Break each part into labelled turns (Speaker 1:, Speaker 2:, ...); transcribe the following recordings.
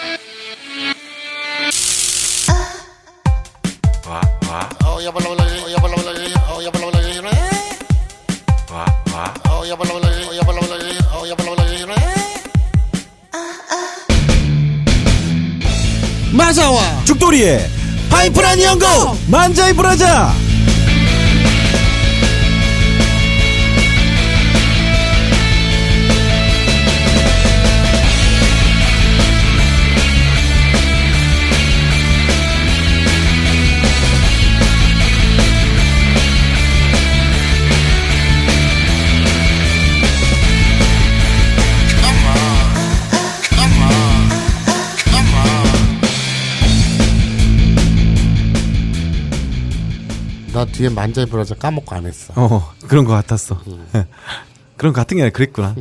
Speaker 1: Oh, Oh,
Speaker 2: 마사와
Speaker 3: 죽돌이의 파이프라인 연구 만자이 브라자
Speaker 1: 나 뒤에 만자이 브라자 까먹고 안 했어.
Speaker 3: 어 그런 거 같았어 그런 거 같은 게 아니라 그랬구나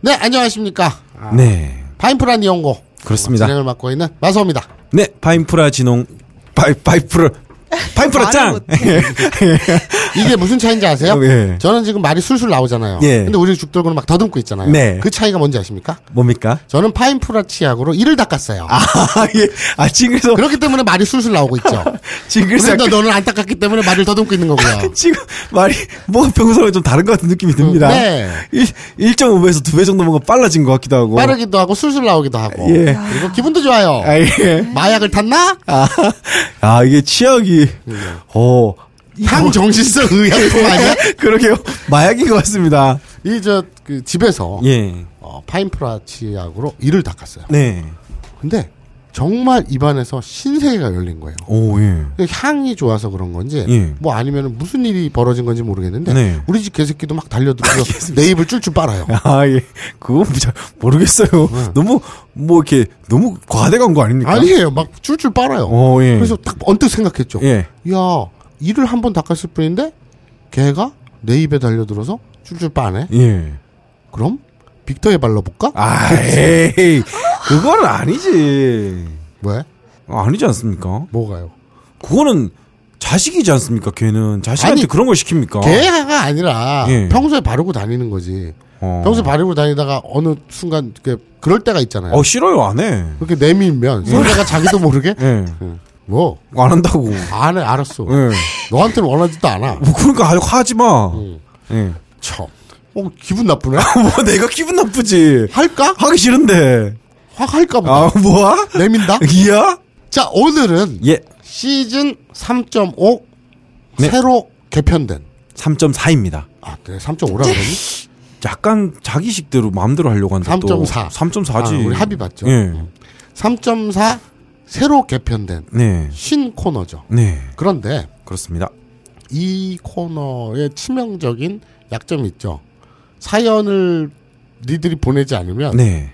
Speaker 1: 네, 안녕하십니까. 아,
Speaker 3: 네
Speaker 1: 파인프란 이용고.
Speaker 3: 그렇습니다.
Speaker 1: 진행을 맡고 있는 마소입니다.
Speaker 3: 네, 파인프라 진홍 파이 파이프라 파인프라 짱.
Speaker 1: 이게 무슨 차이인지 아세요?
Speaker 3: 어, 예.
Speaker 1: 저는 지금 말이 술술 나오잖아요.
Speaker 3: 예.
Speaker 1: 근데 우리 죽돌고는 막 더듬고 있잖아요.
Speaker 3: 네.
Speaker 1: 그 차이가 뭔지 아십니까?
Speaker 3: 뭡니까?
Speaker 1: 저는 파인프라 치약으로 이를 닦았어요.
Speaker 3: 아, 예. 아, 지금 그래서
Speaker 1: 그렇기 때문에 말이 술술 나오고 있죠.
Speaker 3: 지금 그래서
Speaker 1: 근데 너,
Speaker 3: 약간
Speaker 1: 너는 안 닦았기 때문에 말을 더듬고 있는 거고요.
Speaker 3: 지금 말이 뭔가 평소랑 좀 다른 것 같은 느낌이 듭니다.
Speaker 1: 네.
Speaker 3: 1 1.5배에서 2배 정도 뭔가 빨라진 것 같기도 하고.
Speaker 1: 어. 빠르기도 하고 술술 나오기도 하고.
Speaker 3: 예.
Speaker 1: 그리고 기분도 좋아요.
Speaker 3: 아, 예.
Speaker 1: 마약을 탔나?
Speaker 3: 아, 아, 이게 치약이
Speaker 1: 뭐-
Speaker 3: 어,
Speaker 1: 향정신성 의약품 아니야?
Speaker 3: 그러게요. 마약인 것 같습니다.
Speaker 1: 이저 그 집에서
Speaker 3: 예.
Speaker 1: 어, 파인프라 치약으로 이를 닦았어요.
Speaker 3: 네.
Speaker 1: 근데 정말 입안에서 신세계가 열린 거예요. 그
Speaker 3: 오, 예.
Speaker 1: 향이 좋아서 그런 건지
Speaker 3: 예.
Speaker 1: 뭐 아니면 무슨 일이 벌어진 건지 모르겠는데
Speaker 3: 네.
Speaker 1: 우리 집 개새끼도 막 달려들어서 내 입을 쫄쫄 빨아요.
Speaker 3: 아, 예. 그거 잘 모르겠어요. 너무, 뭐, 이렇게, 너무 과대간 거 아닙니까?
Speaker 1: 네. 아니에요. 막 쫄쫄 빨아요.
Speaker 3: 어, 예.
Speaker 1: 그래서 딱 언뜻 생각했죠.
Speaker 3: 예.
Speaker 1: 야 이를 한 번 닦았을 뿐인데 걔가 내 입에 달려들어서 쫄쫄 빠네.
Speaker 3: 예.
Speaker 1: 그럼 빅터에 발라볼까?
Speaker 3: 아, 에이. 그건 아니지.
Speaker 1: 왜?
Speaker 3: 아니지 않습니까?
Speaker 1: 뭐가요?
Speaker 3: 그거는 자식이지 않습니까? 걔는. 자식한테
Speaker 1: 아니,
Speaker 3: 그런 걸 시킵니까?
Speaker 1: 개화가 아니라
Speaker 3: 어. 예.
Speaker 1: 평소에 바르고 다니는 거지.
Speaker 3: 어.
Speaker 1: 평소에 바르고 다니다가 어느 순간 이렇게 그럴 때가 있잖아요.
Speaker 3: 어, 싫어요, 안 해.
Speaker 1: 그렇게 내밀면 상대가 자기도 모르게
Speaker 3: 예.
Speaker 1: 뭐
Speaker 3: 안 한다고.
Speaker 1: 안해 알았어.
Speaker 3: 예.
Speaker 1: 너한테는 원하지도 않아.
Speaker 3: 뭐, 그러니까 하- 하지 마.
Speaker 1: 음.
Speaker 3: 예.
Speaker 1: 참. 어 기분 나쁘네.
Speaker 3: 뭐, 내가 기분 나쁘지.
Speaker 1: 할까?
Speaker 3: 하기 싫은데.
Speaker 1: 확 할까 보다.
Speaker 3: 아, 뭐야?
Speaker 1: 내민다.
Speaker 3: 이야?
Speaker 1: 자 오늘은
Speaker 3: 예.
Speaker 1: 시즌 3.5
Speaker 3: 네.
Speaker 1: 새로 개편된
Speaker 3: 3.4입니다.
Speaker 1: 아 그래 3.5라 그러니?
Speaker 3: 약간 자기식대로 마음대로 하려고 한다.
Speaker 1: 3.4.
Speaker 3: 3.4지.
Speaker 1: 아, 우리 합의 봤죠.
Speaker 3: 예.
Speaker 1: 3.4 새로 개편된
Speaker 3: 네.
Speaker 1: 신 코너죠.
Speaker 3: 네.
Speaker 1: 그런데
Speaker 3: 그렇습니다.
Speaker 1: 이 코너의 치명적인 약점이 있죠. 사연을 니들이 보내지 않으면
Speaker 3: 네.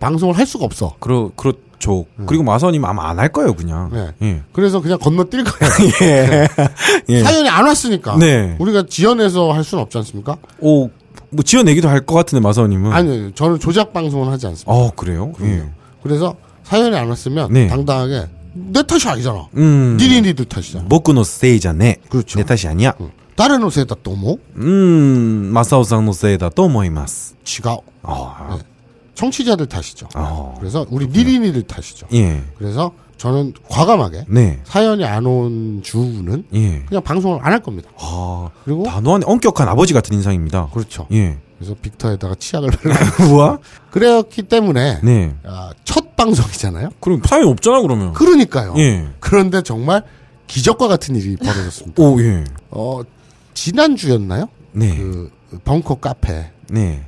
Speaker 1: 방송을 할 수가 없어.
Speaker 3: 그러, 그렇죠. 그리고 마선님 아마 안 할 거예요, 그냥.
Speaker 1: 음. 네.
Speaker 3: 예.
Speaker 1: 그래서 그냥 건너뛸 거예요.
Speaker 3: 예. 예.
Speaker 1: 사연이 안 왔으니까.
Speaker 3: 네.
Speaker 1: 우리가 지연해서 할 수는 없지 않습니까?
Speaker 3: 오, 뭐 지어내기도 할 것 같은데, 마선님은.
Speaker 1: 아니, 저는 조작 방송은 하지 않습니다.
Speaker 3: 어, 그래요? 예.
Speaker 1: 그래서 사연이 안 왔으면
Speaker 3: 네.
Speaker 1: 당당하게 내 탓이 아니잖아.
Speaker 3: 음.
Speaker 1: 니네 니들 탓이잖아.
Speaker 3: 먹고노 세이자네.
Speaker 1: 그렇죠.
Speaker 3: 내 탓이 아니야.
Speaker 1: 다른 옷에다 또 뭐?
Speaker 3: 음, 마사오상노 세이다 또 모이마스.
Speaker 1: 지가
Speaker 3: 아,
Speaker 1: 청취자들 탓이죠.
Speaker 3: 아.
Speaker 1: 그래서 우리 니네 니들 탓이죠.
Speaker 3: 예.
Speaker 1: 그래서 저는 과감하게
Speaker 3: 네.
Speaker 1: 사연이 안 온 주는
Speaker 3: 예.
Speaker 1: 그냥 방송을 안 할 겁니다.
Speaker 3: 아,
Speaker 1: 그리고
Speaker 3: 단호한 엄격한 아버지 같은 인상입니다.
Speaker 1: 그렇죠.
Speaker 3: 예.
Speaker 1: 그래서 빅터에다가 치약을 발라.
Speaker 3: 우와?
Speaker 1: 그렇기 때문에
Speaker 3: 네.
Speaker 1: 아, 첫 방송이잖아요.
Speaker 3: 그럼 사연이 없잖아, 그러면.
Speaker 1: 그러니까요.
Speaker 3: 예.
Speaker 1: 그런데 정말 기적과 같은 일이 벌어졌습니다.
Speaker 3: 오, 예.
Speaker 1: 어, 지난 주였나요?
Speaker 3: 네.
Speaker 1: 그 벙커 카페에
Speaker 3: 네.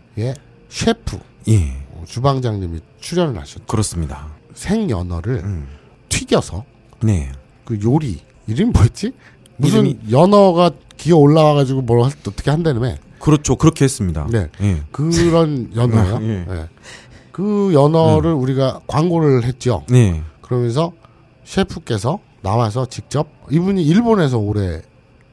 Speaker 1: 셰프
Speaker 3: 예.
Speaker 1: 어, 주방장님이 출연을 하셨죠.
Speaker 3: 그렇습니다.
Speaker 1: 생연어를
Speaker 3: 음.
Speaker 1: 튀겨서
Speaker 3: 네.
Speaker 1: 그 요리 이름이 뭐였지? 무슨
Speaker 3: 이름이-
Speaker 1: 연어가 기어 올라와가지고 뭘 할- 어떻게 한다며
Speaker 3: 그렇죠. 그렇게 했습니다.
Speaker 1: 네.
Speaker 3: 예.
Speaker 1: 그런 연어요.
Speaker 3: 예. 음.
Speaker 1: 예. 그 연어를 우리가 광고를 했죠.
Speaker 3: 네.
Speaker 1: 그러면서 셰프께서 나와서 직접 이분이 일본에서 오래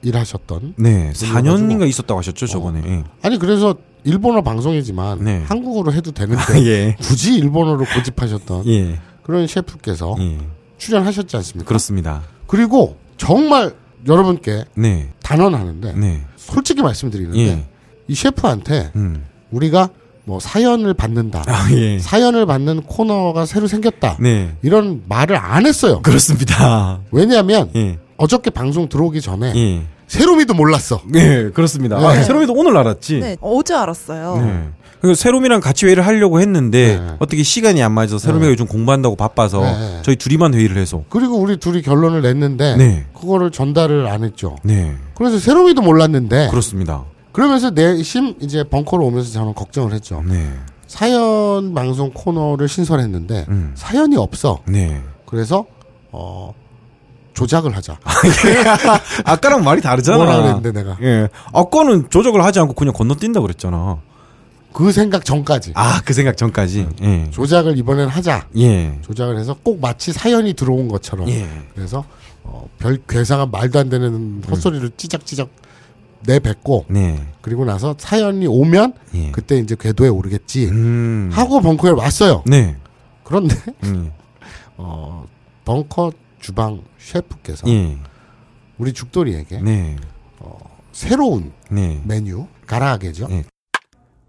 Speaker 1: 일하셨던
Speaker 3: 네. 4년인가 있었다고 하셨죠, 저번에. 예.
Speaker 1: 아니 그래서 일본어 방송이지만
Speaker 3: 네.
Speaker 1: 한국어로 해도
Speaker 3: 아,
Speaker 1: 되는데
Speaker 3: 예.
Speaker 1: 굳이 일본어로 고집하셨던
Speaker 3: 예.
Speaker 1: 그런 셰프께서
Speaker 3: 예.
Speaker 1: 출연하셨지 않습니까?
Speaker 3: 그렇습니다.
Speaker 1: 그리고 정말 여러분께
Speaker 3: 네.
Speaker 1: 단언하는데
Speaker 3: 네.
Speaker 1: 솔직히 말씀드리는데
Speaker 3: 예.
Speaker 1: 이 셰프한테
Speaker 3: 음.
Speaker 1: 우리가 뭐 사연을 받는다.
Speaker 3: 아, 예.
Speaker 1: 사연을 받는 코너가 새로 생겼다.
Speaker 3: 네.
Speaker 1: 이런 말을 안 했어요.
Speaker 3: 그렇습니다.
Speaker 1: 왜냐하면
Speaker 3: 예.
Speaker 1: 어저께 방송 들어오기 전에
Speaker 3: 예. 네.
Speaker 1: 세롬이도 몰랐어.
Speaker 2: 네,
Speaker 3: 예, 그렇습니다. 아, 새롬이도 오늘 알았지.
Speaker 4: 네, 어제 알았어요.
Speaker 3: 네. 그리고 세롬이랑 같이 회의를 하려고 했는데
Speaker 1: 네.
Speaker 3: 어떻게 시간이 안 맞아서 세롬이가 요즘 공부한다고 바빠서
Speaker 1: 네.
Speaker 3: 저희 둘이만 회의를 해서
Speaker 1: 그리고 우리 둘이 결론을 냈는데
Speaker 3: 네.
Speaker 1: 그거를 전달을 안 했죠.
Speaker 3: 네
Speaker 1: 그래서 새롬이도 몰랐는데
Speaker 3: 그렇습니다.
Speaker 1: 그러면서 내심 이제 벙커로 오면서 저는 걱정을 했죠.
Speaker 3: 네.
Speaker 1: 사연 방송 코너를 신설했는데
Speaker 3: 음.
Speaker 1: 사연이 없어.
Speaker 3: 네.
Speaker 1: 그래서 어 조작을 하자.
Speaker 3: 아, 아까랑 말이 다르잖아.
Speaker 1: 뭐라 그랬는데 내가
Speaker 3: 예. 아까는 조작을 하지 않고 그냥 건너뛴다 그랬잖아.
Speaker 1: 그 생각 전까지
Speaker 3: 아, 그 생각 전까지. 예.
Speaker 1: 조작을 이번엔 하자.
Speaker 3: 예.
Speaker 1: 조작을 해서 꼭 마치 사연이 들어온 것처럼.
Speaker 3: 예.
Speaker 1: 그래서 어, 별 괴상한 말도 안 되는
Speaker 3: 음.
Speaker 1: 헛소리를 찌작찌작 내뱉고
Speaker 3: 네.
Speaker 1: 그리고 나서 사연이 오면
Speaker 3: 예.
Speaker 1: 그때 이제 궤도에 오르겠지
Speaker 3: 음.
Speaker 1: 하고 벙커에 왔어요.
Speaker 3: 네.
Speaker 1: 그런데
Speaker 3: 음.
Speaker 1: 어, 벙커 주방 셰프께서
Speaker 3: 예.
Speaker 1: 우리 죽돌이에게
Speaker 3: 네.
Speaker 1: 새로운
Speaker 3: 네.
Speaker 1: 메뉴 가라아게죠.
Speaker 3: 예.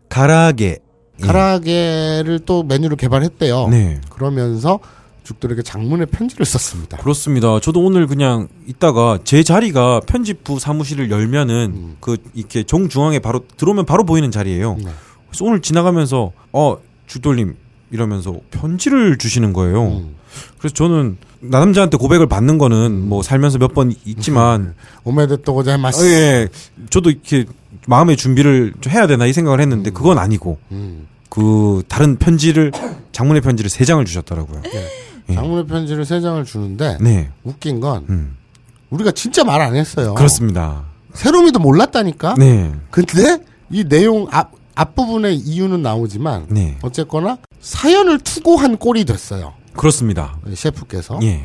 Speaker 3: 가라게. 예.
Speaker 1: 가라아게를 또 메뉴를 개발했대요.
Speaker 3: 네.
Speaker 1: 그러면서 죽돌에게 장문의 편지를 썼습니다.
Speaker 3: 그렇습니다. 저도 오늘 그냥 있다가 제 자리가 편집부 사무실을 열면은 그 이렇게 정중앙에 바로 들어오면 바로 보이는 자리예요.
Speaker 1: 음. 네.
Speaker 3: 그래서 오늘 지나가면서 어 주돌님 이러면서 편지를 주시는 거예요.
Speaker 1: 음.
Speaker 3: 그래서 저는 남자한테 고백을 받는 거는 뭐 살면서 몇 번
Speaker 1: 음.
Speaker 3: 있지만
Speaker 1: 오메데또 고자이마스.
Speaker 3: 어, 예 저도 이렇게 마음의 준비를 좀 해야 되나 이 생각을 했는데 그건 아니고
Speaker 1: 음.
Speaker 3: 그 다른 편지를 장문의 편지를 세 장을 주셨더라고요. 예.
Speaker 1: 장문의 편지를 세 장을 주는데
Speaker 3: 네,
Speaker 1: 웃긴 건
Speaker 3: 음,
Speaker 1: 우리가 진짜 말 안 했어요.
Speaker 3: 그렇습니다.
Speaker 1: 새롬이도 몰랐다니까.
Speaker 3: 네,
Speaker 1: 근데 이 내용 앞 앞부분의 이유는 나오지만
Speaker 3: 네,
Speaker 1: 어쨌거나 사연을 투고한 꼴이 됐어요.
Speaker 3: 그렇습니다.
Speaker 1: 셰프께서
Speaker 3: 예,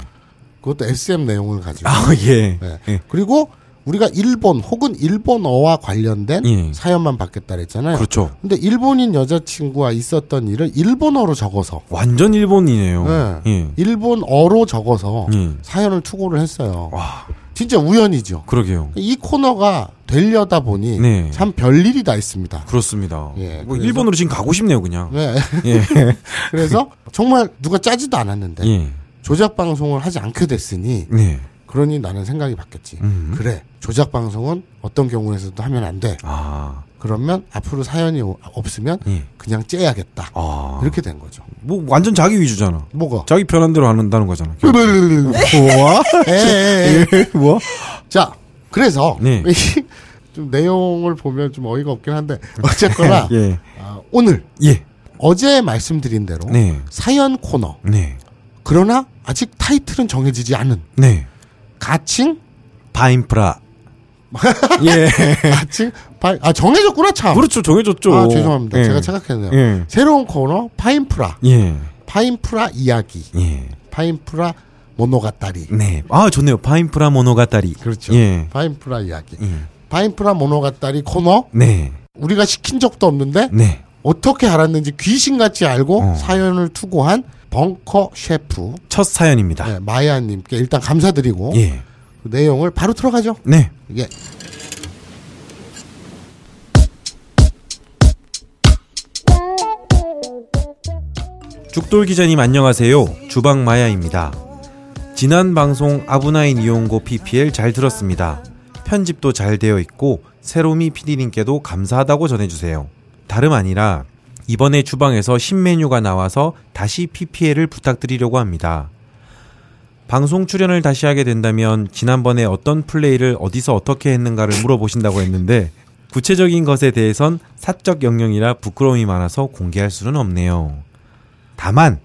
Speaker 1: 그것도 SM 내용을 가지고
Speaker 3: 아 예,
Speaker 1: 네.
Speaker 3: 예,
Speaker 1: 그리고 우리가 일본 혹은 일본어와 관련된
Speaker 3: 예.
Speaker 1: 사연만 받겠다 그랬잖아요.
Speaker 3: 그렇죠.
Speaker 1: 근데 일본인 여자친구와 있었던 일을 일본어로 적어서
Speaker 3: 완전 일본이네요.
Speaker 1: 네.
Speaker 3: 예,
Speaker 1: 일본어로 적어서
Speaker 3: 예,
Speaker 1: 사연을 투고를 했어요.
Speaker 3: 와,
Speaker 1: 진짜 우연이죠.
Speaker 3: 그러게요.
Speaker 1: 이 코너가 되려다 보니
Speaker 3: 네.
Speaker 1: 참 별일이 다 있습니다.
Speaker 3: 그렇습니다.
Speaker 1: 예,
Speaker 3: 뭐
Speaker 1: 그래서-
Speaker 3: 일본으로 지금 가고 싶네요, 그냥.
Speaker 1: 네.
Speaker 3: 예,
Speaker 1: 그래서 정말 누가 짜지도 않았는데
Speaker 3: 예,
Speaker 1: 조작 방송을 하지 않게 됐으니
Speaker 3: 네.
Speaker 1: 그러니 나는 생각이 바뀌었지.
Speaker 3: 음.
Speaker 1: 그래 조작 방송은 어떤 경우에서도 하면 안 돼.
Speaker 3: 아,
Speaker 1: 그러면 앞으로 사연이 오- 없으면
Speaker 3: 예.
Speaker 1: 그냥 째야겠다.
Speaker 3: 아.
Speaker 1: 이렇게 된 거죠.
Speaker 3: 뭐 완전 자기 위주잖아.
Speaker 1: 뭐가? 뭐?
Speaker 3: 자기 편한 대로 한다는 거잖아.
Speaker 1: 뭐야?
Speaker 3: 예.
Speaker 1: 예,
Speaker 3: 뭐?
Speaker 1: 자, 그래서
Speaker 3: 네.
Speaker 1: 좀 내용을 보면 좀 어이가 없긴 한데 어쨌거나
Speaker 3: 예.
Speaker 1: 아, 오늘
Speaker 3: 예.
Speaker 1: 어제 말씀드린 대로
Speaker 3: 네.
Speaker 1: 사연 코너
Speaker 3: 네.
Speaker 1: 그러나 아직 타이틀은 정해지지 않은
Speaker 3: 네.
Speaker 1: 가칭
Speaker 3: 바인프라. 예.
Speaker 1: 가칭 바, 아 정해졌구나 참.
Speaker 3: 그렇죠. 정해졌죠.
Speaker 1: 아 죄송합니다.
Speaker 3: 예.
Speaker 1: 제가 착각했네요.
Speaker 3: 예.
Speaker 1: 새로운 코너 파인프라
Speaker 3: 예.
Speaker 1: 파인프라 이야기
Speaker 3: 예.
Speaker 1: 파인프라 모노가타리
Speaker 3: 네. 아, 좋네요. 파인프라 모노가타리.
Speaker 1: 그렇죠.
Speaker 3: 예.
Speaker 1: 파인프라 이야기
Speaker 3: 예.
Speaker 1: 파인프라 모노가타리 코너
Speaker 3: 네.
Speaker 1: 우리가 시킨 적도 없는데
Speaker 3: 네.
Speaker 1: 어떻게 알았는지 귀신같이 알고
Speaker 3: 어.
Speaker 1: 사연을 투고한 벙커 셰프
Speaker 3: 첫 사연입니다.
Speaker 1: 네, 마야님께 일단 감사드리고
Speaker 3: 예.
Speaker 1: 그 내용을 바로 들어가죠.
Speaker 3: 네.
Speaker 1: 예.
Speaker 3: 죽돌 기자님 안녕하세요. 주방 마야입니다. 지난 방송 아부나인 이용고 PPL 잘 들었습니다. 편집도 잘 되어 있고 새로미 PD님께도 감사하다고 전해주세요. 다름 아니라 이번에 주방에서 신메뉴가 나와서 다시 PPL을 부탁드리려고 합니다. 방송 출연을 다시 하게 된다면 지난번에 어떤 플레이를 어디서 어떻게 했는가를 물어보신다고 했는데 구체적인 것에 대해선 사적 영역이라 부끄러움이 많아서 공개할 수는 없네요. 다만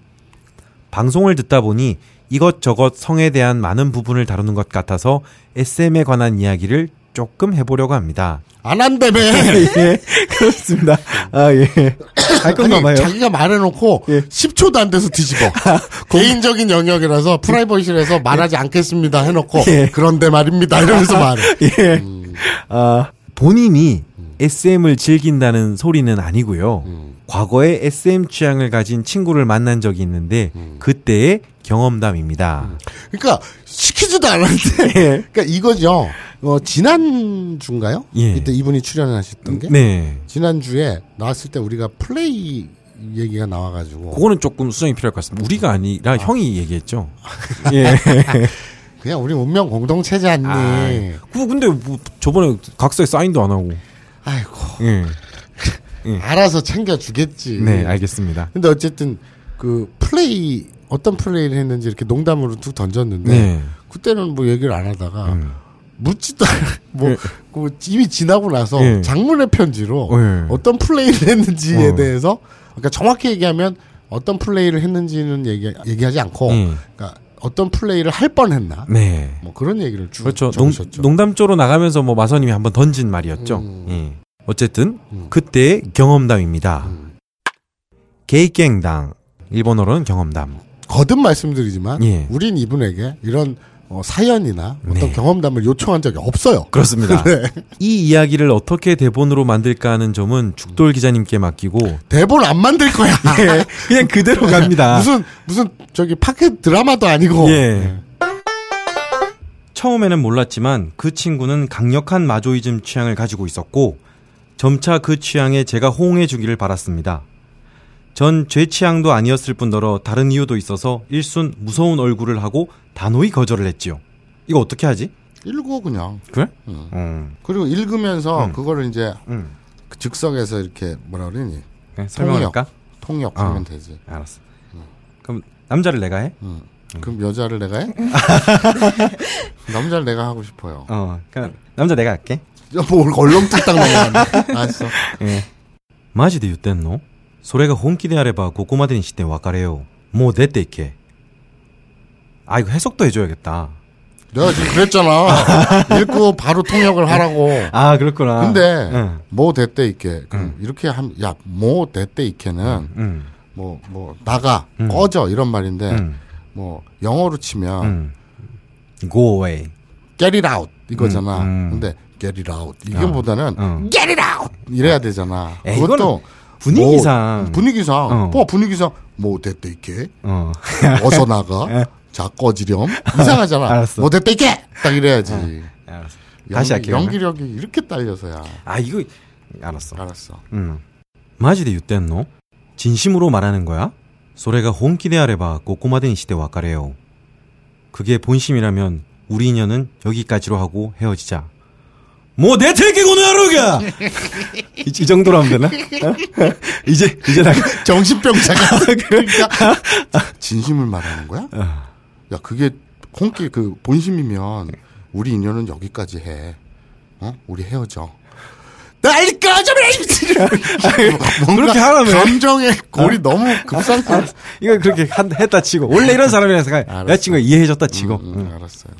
Speaker 3: 방송을 듣다 보니 이것저것 성에 대한 많은 부분을 다루는 것 같아서 SM에 관한 이야기를 조금 해보려고 합니다.
Speaker 1: 안 한다며.
Speaker 3: 예, 그렇습니다. 아 예, 할
Speaker 1: 아니, 자기가 말해놓고
Speaker 3: 예.
Speaker 1: 10초도 안 돼서 뒤집어.
Speaker 3: 아,
Speaker 1: 개인적인 영역이라서 프라이버시에서 말하지 않겠습니다 해놓고
Speaker 3: 예.
Speaker 1: 그런데 말입니다 이러면서 말해.
Speaker 3: 예. 아, 본인이 SM을 즐긴다는 소리는 아니고요. 과거에 SM 취향을 가진 친구를 만난 적이 있는데 그때의 경험담입니다.
Speaker 1: 그러니까 시키지도 않았는데.
Speaker 3: 음. 예.
Speaker 1: 그러니까 이거죠. 어, 지난 주인가요?
Speaker 3: 예.
Speaker 1: 이때 이분이 출연하셨던 게
Speaker 3: 네.
Speaker 1: 지난 주에 나왔을 때 우리가 플레이 얘기가 나와가지고
Speaker 3: 그거는 조금 수정이 필요할 것 같습니다. 우리가 아니라 형이 얘기했죠. 예.
Speaker 1: 그냥 우리 운명 공동체지 않니?
Speaker 3: 네. 아, 그 근데 뭐 저번에 각서에 사인도 안 하고.
Speaker 1: 아이고
Speaker 3: 예. 예.
Speaker 1: 알아서 챙겨주겠지.
Speaker 3: 네, 알겠습니다.
Speaker 1: 근데 어쨌든 그 플레이 어떤 플레이를 했는지 이렇게 농담으로 툭 던졌는데
Speaker 3: 네.
Speaker 1: 그때는 뭐 얘기를 안 하다가
Speaker 3: 음.
Speaker 1: 묻지도 않- 뭐
Speaker 3: 예.
Speaker 1: 그 이미 지나고 나서
Speaker 3: 예.
Speaker 1: 장문의 편지로
Speaker 3: 예.
Speaker 1: 어떤 플레이를 했는지에
Speaker 3: 어.
Speaker 1: 대해서 그러니까 정확히 얘기하면 어떤 플레이를 했는지는 얘기 얘기하지 않고
Speaker 3: 예.
Speaker 1: 그러니까 어떤 플레이를 할 뻔했나
Speaker 3: 네.
Speaker 1: 뭐 그런 얘기를 주
Speaker 3: 그렇죠. 농,
Speaker 1: 적으셨죠.
Speaker 3: 농담조로 나가면서 뭐 마선님이 한번 던진 말이었죠.
Speaker 1: 음.
Speaker 3: 예. 어쨌든
Speaker 1: 음.
Speaker 3: 그때의 경험담입니다.
Speaker 1: 음.
Speaker 3: 게이갱당 일본어로는 경험담.
Speaker 1: 거듭 말씀드리지만
Speaker 3: 예.
Speaker 1: 우린 이분에게 이런 어, 사연이나 어떤
Speaker 3: 네.
Speaker 1: 경험담을 요청한 적이 없어요.
Speaker 3: 그렇습니다.
Speaker 1: 네.
Speaker 3: 이 이야기를 어떻게 대본으로 만들까 하는 점은 죽돌 기자님께 맡기고
Speaker 1: 대본 안 만들 거야.
Speaker 3: 예, 그냥 그대로
Speaker 1: 네.
Speaker 3: 갑니다.
Speaker 1: 무슨 무슨 저기 파켓 드라마도 아니고
Speaker 3: 아.
Speaker 1: 네.
Speaker 3: 예. 처음에는 몰랐지만 그 친구는 강력한 마조이즘 취향을 가지고 있었고 점차 그 취향에 제가 호응해 주기를 바랐습니다. 전 제 취향도 아니었을 뿐더러 다른 이유도 있어서 일순 무서운 얼굴을 하고 단호히 거절을 했지요. 이거 어떻게 하지?
Speaker 1: 읽어 그냥
Speaker 3: 그래?
Speaker 1: 음.
Speaker 3: 음.
Speaker 1: 그리고 읽으면서
Speaker 3: 음.
Speaker 1: 그거를 이제
Speaker 3: 음.
Speaker 1: 그 즉석에서 이렇게 뭐라 그러니
Speaker 3: 그냥 설명할까?
Speaker 1: 통역하면
Speaker 3: 아.
Speaker 1: 되지.
Speaker 3: 알았어. 그럼 남자를 내가 해?
Speaker 1: 음. 그럼 여자를 내가 해? 남자를 내가 하고 싶어요.
Speaker 3: 어. 그럼 남자 내가 할게.
Speaker 1: 야, 뭐 얼렁뚱땅 넘어가네. 알았어.
Speaker 3: マジで言ってんのそれが本気であればここまでにして別れよう。もう出ていけ。あ、이거해석도해줘야겠다。
Speaker 1: 내가 지금 그랬잖아. 읽고 바로 통역을 하라고.
Speaker 3: 아, 그렇구나.
Speaker 1: 근데
Speaker 3: 응.
Speaker 1: 뭐 됐대 이게 그럼 이렇게 하면 야뭐 됐대 이게는
Speaker 3: 응.
Speaker 1: 뭐 뭐 나가 꺼져 이런 말인데
Speaker 3: 응.
Speaker 1: 뭐 영어로 치면
Speaker 3: 응. Go away.
Speaker 1: get it out 이거잖아.
Speaker 3: 음, 음.
Speaker 1: 근데 get it out 이거보다는
Speaker 3: 어.
Speaker 1: get it out 이래야 되잖아.
Speaker 3: 에이,
Speaker 1: 그것도
Speaker 3: 분위기상.
Speaker 1: 뭐, 분위기상
Speaker 3: 어.
Speaker 1: 뭐 분위기상 뭐 됐대 이게
Speaker 3: 어.
Speaker 1: 어서 나가 자 꺼지렴 이상하잖아.
Speaker 3: 예. 알았어.
Speaker 1: 뭐 됐대 이게 딱 이래야지.
Speaker 3: 알았어.
Speaker 1: 연기,
Speaker 3: 다시 할게요.
Speaker 1: 연기력이 이렇게 딸려서야
Speaker 3: 아, 이거 알았어.
Speaker 1: 알았어.
Speaker 3: 응. マジで言ってんの진심으로말하는 거야? それが本気であればここまでにして別れよう。 그게 본심이라면 우리 인연은 여기까지로 하고 헤어지자. 뭐 내 태기고는 하루가! 이, 이 정도로 하면 되나? 어? 이제, 이제 나,
Speaker 1: 정신병자가 그러니까 진심을 말하는 거야? 야 그게 홍길 그 본심이면 우리 인연은 여기까지 해. 어? 우리 헤어져. 날 꺼져라! 뭔가
Speaker 3: 그렇게 하라며.
Speaker 1: 감정의 골이 너무 급상승.
Speaker 3: 이거 그렇게 한, 했다 치고. 원래 이런 사람이라서 그냥
Speaker 1: 알았어.
Speaker 3: 여자친구가 이해해줬다 치고.
Speaker 1: 음, 음, 알았어요.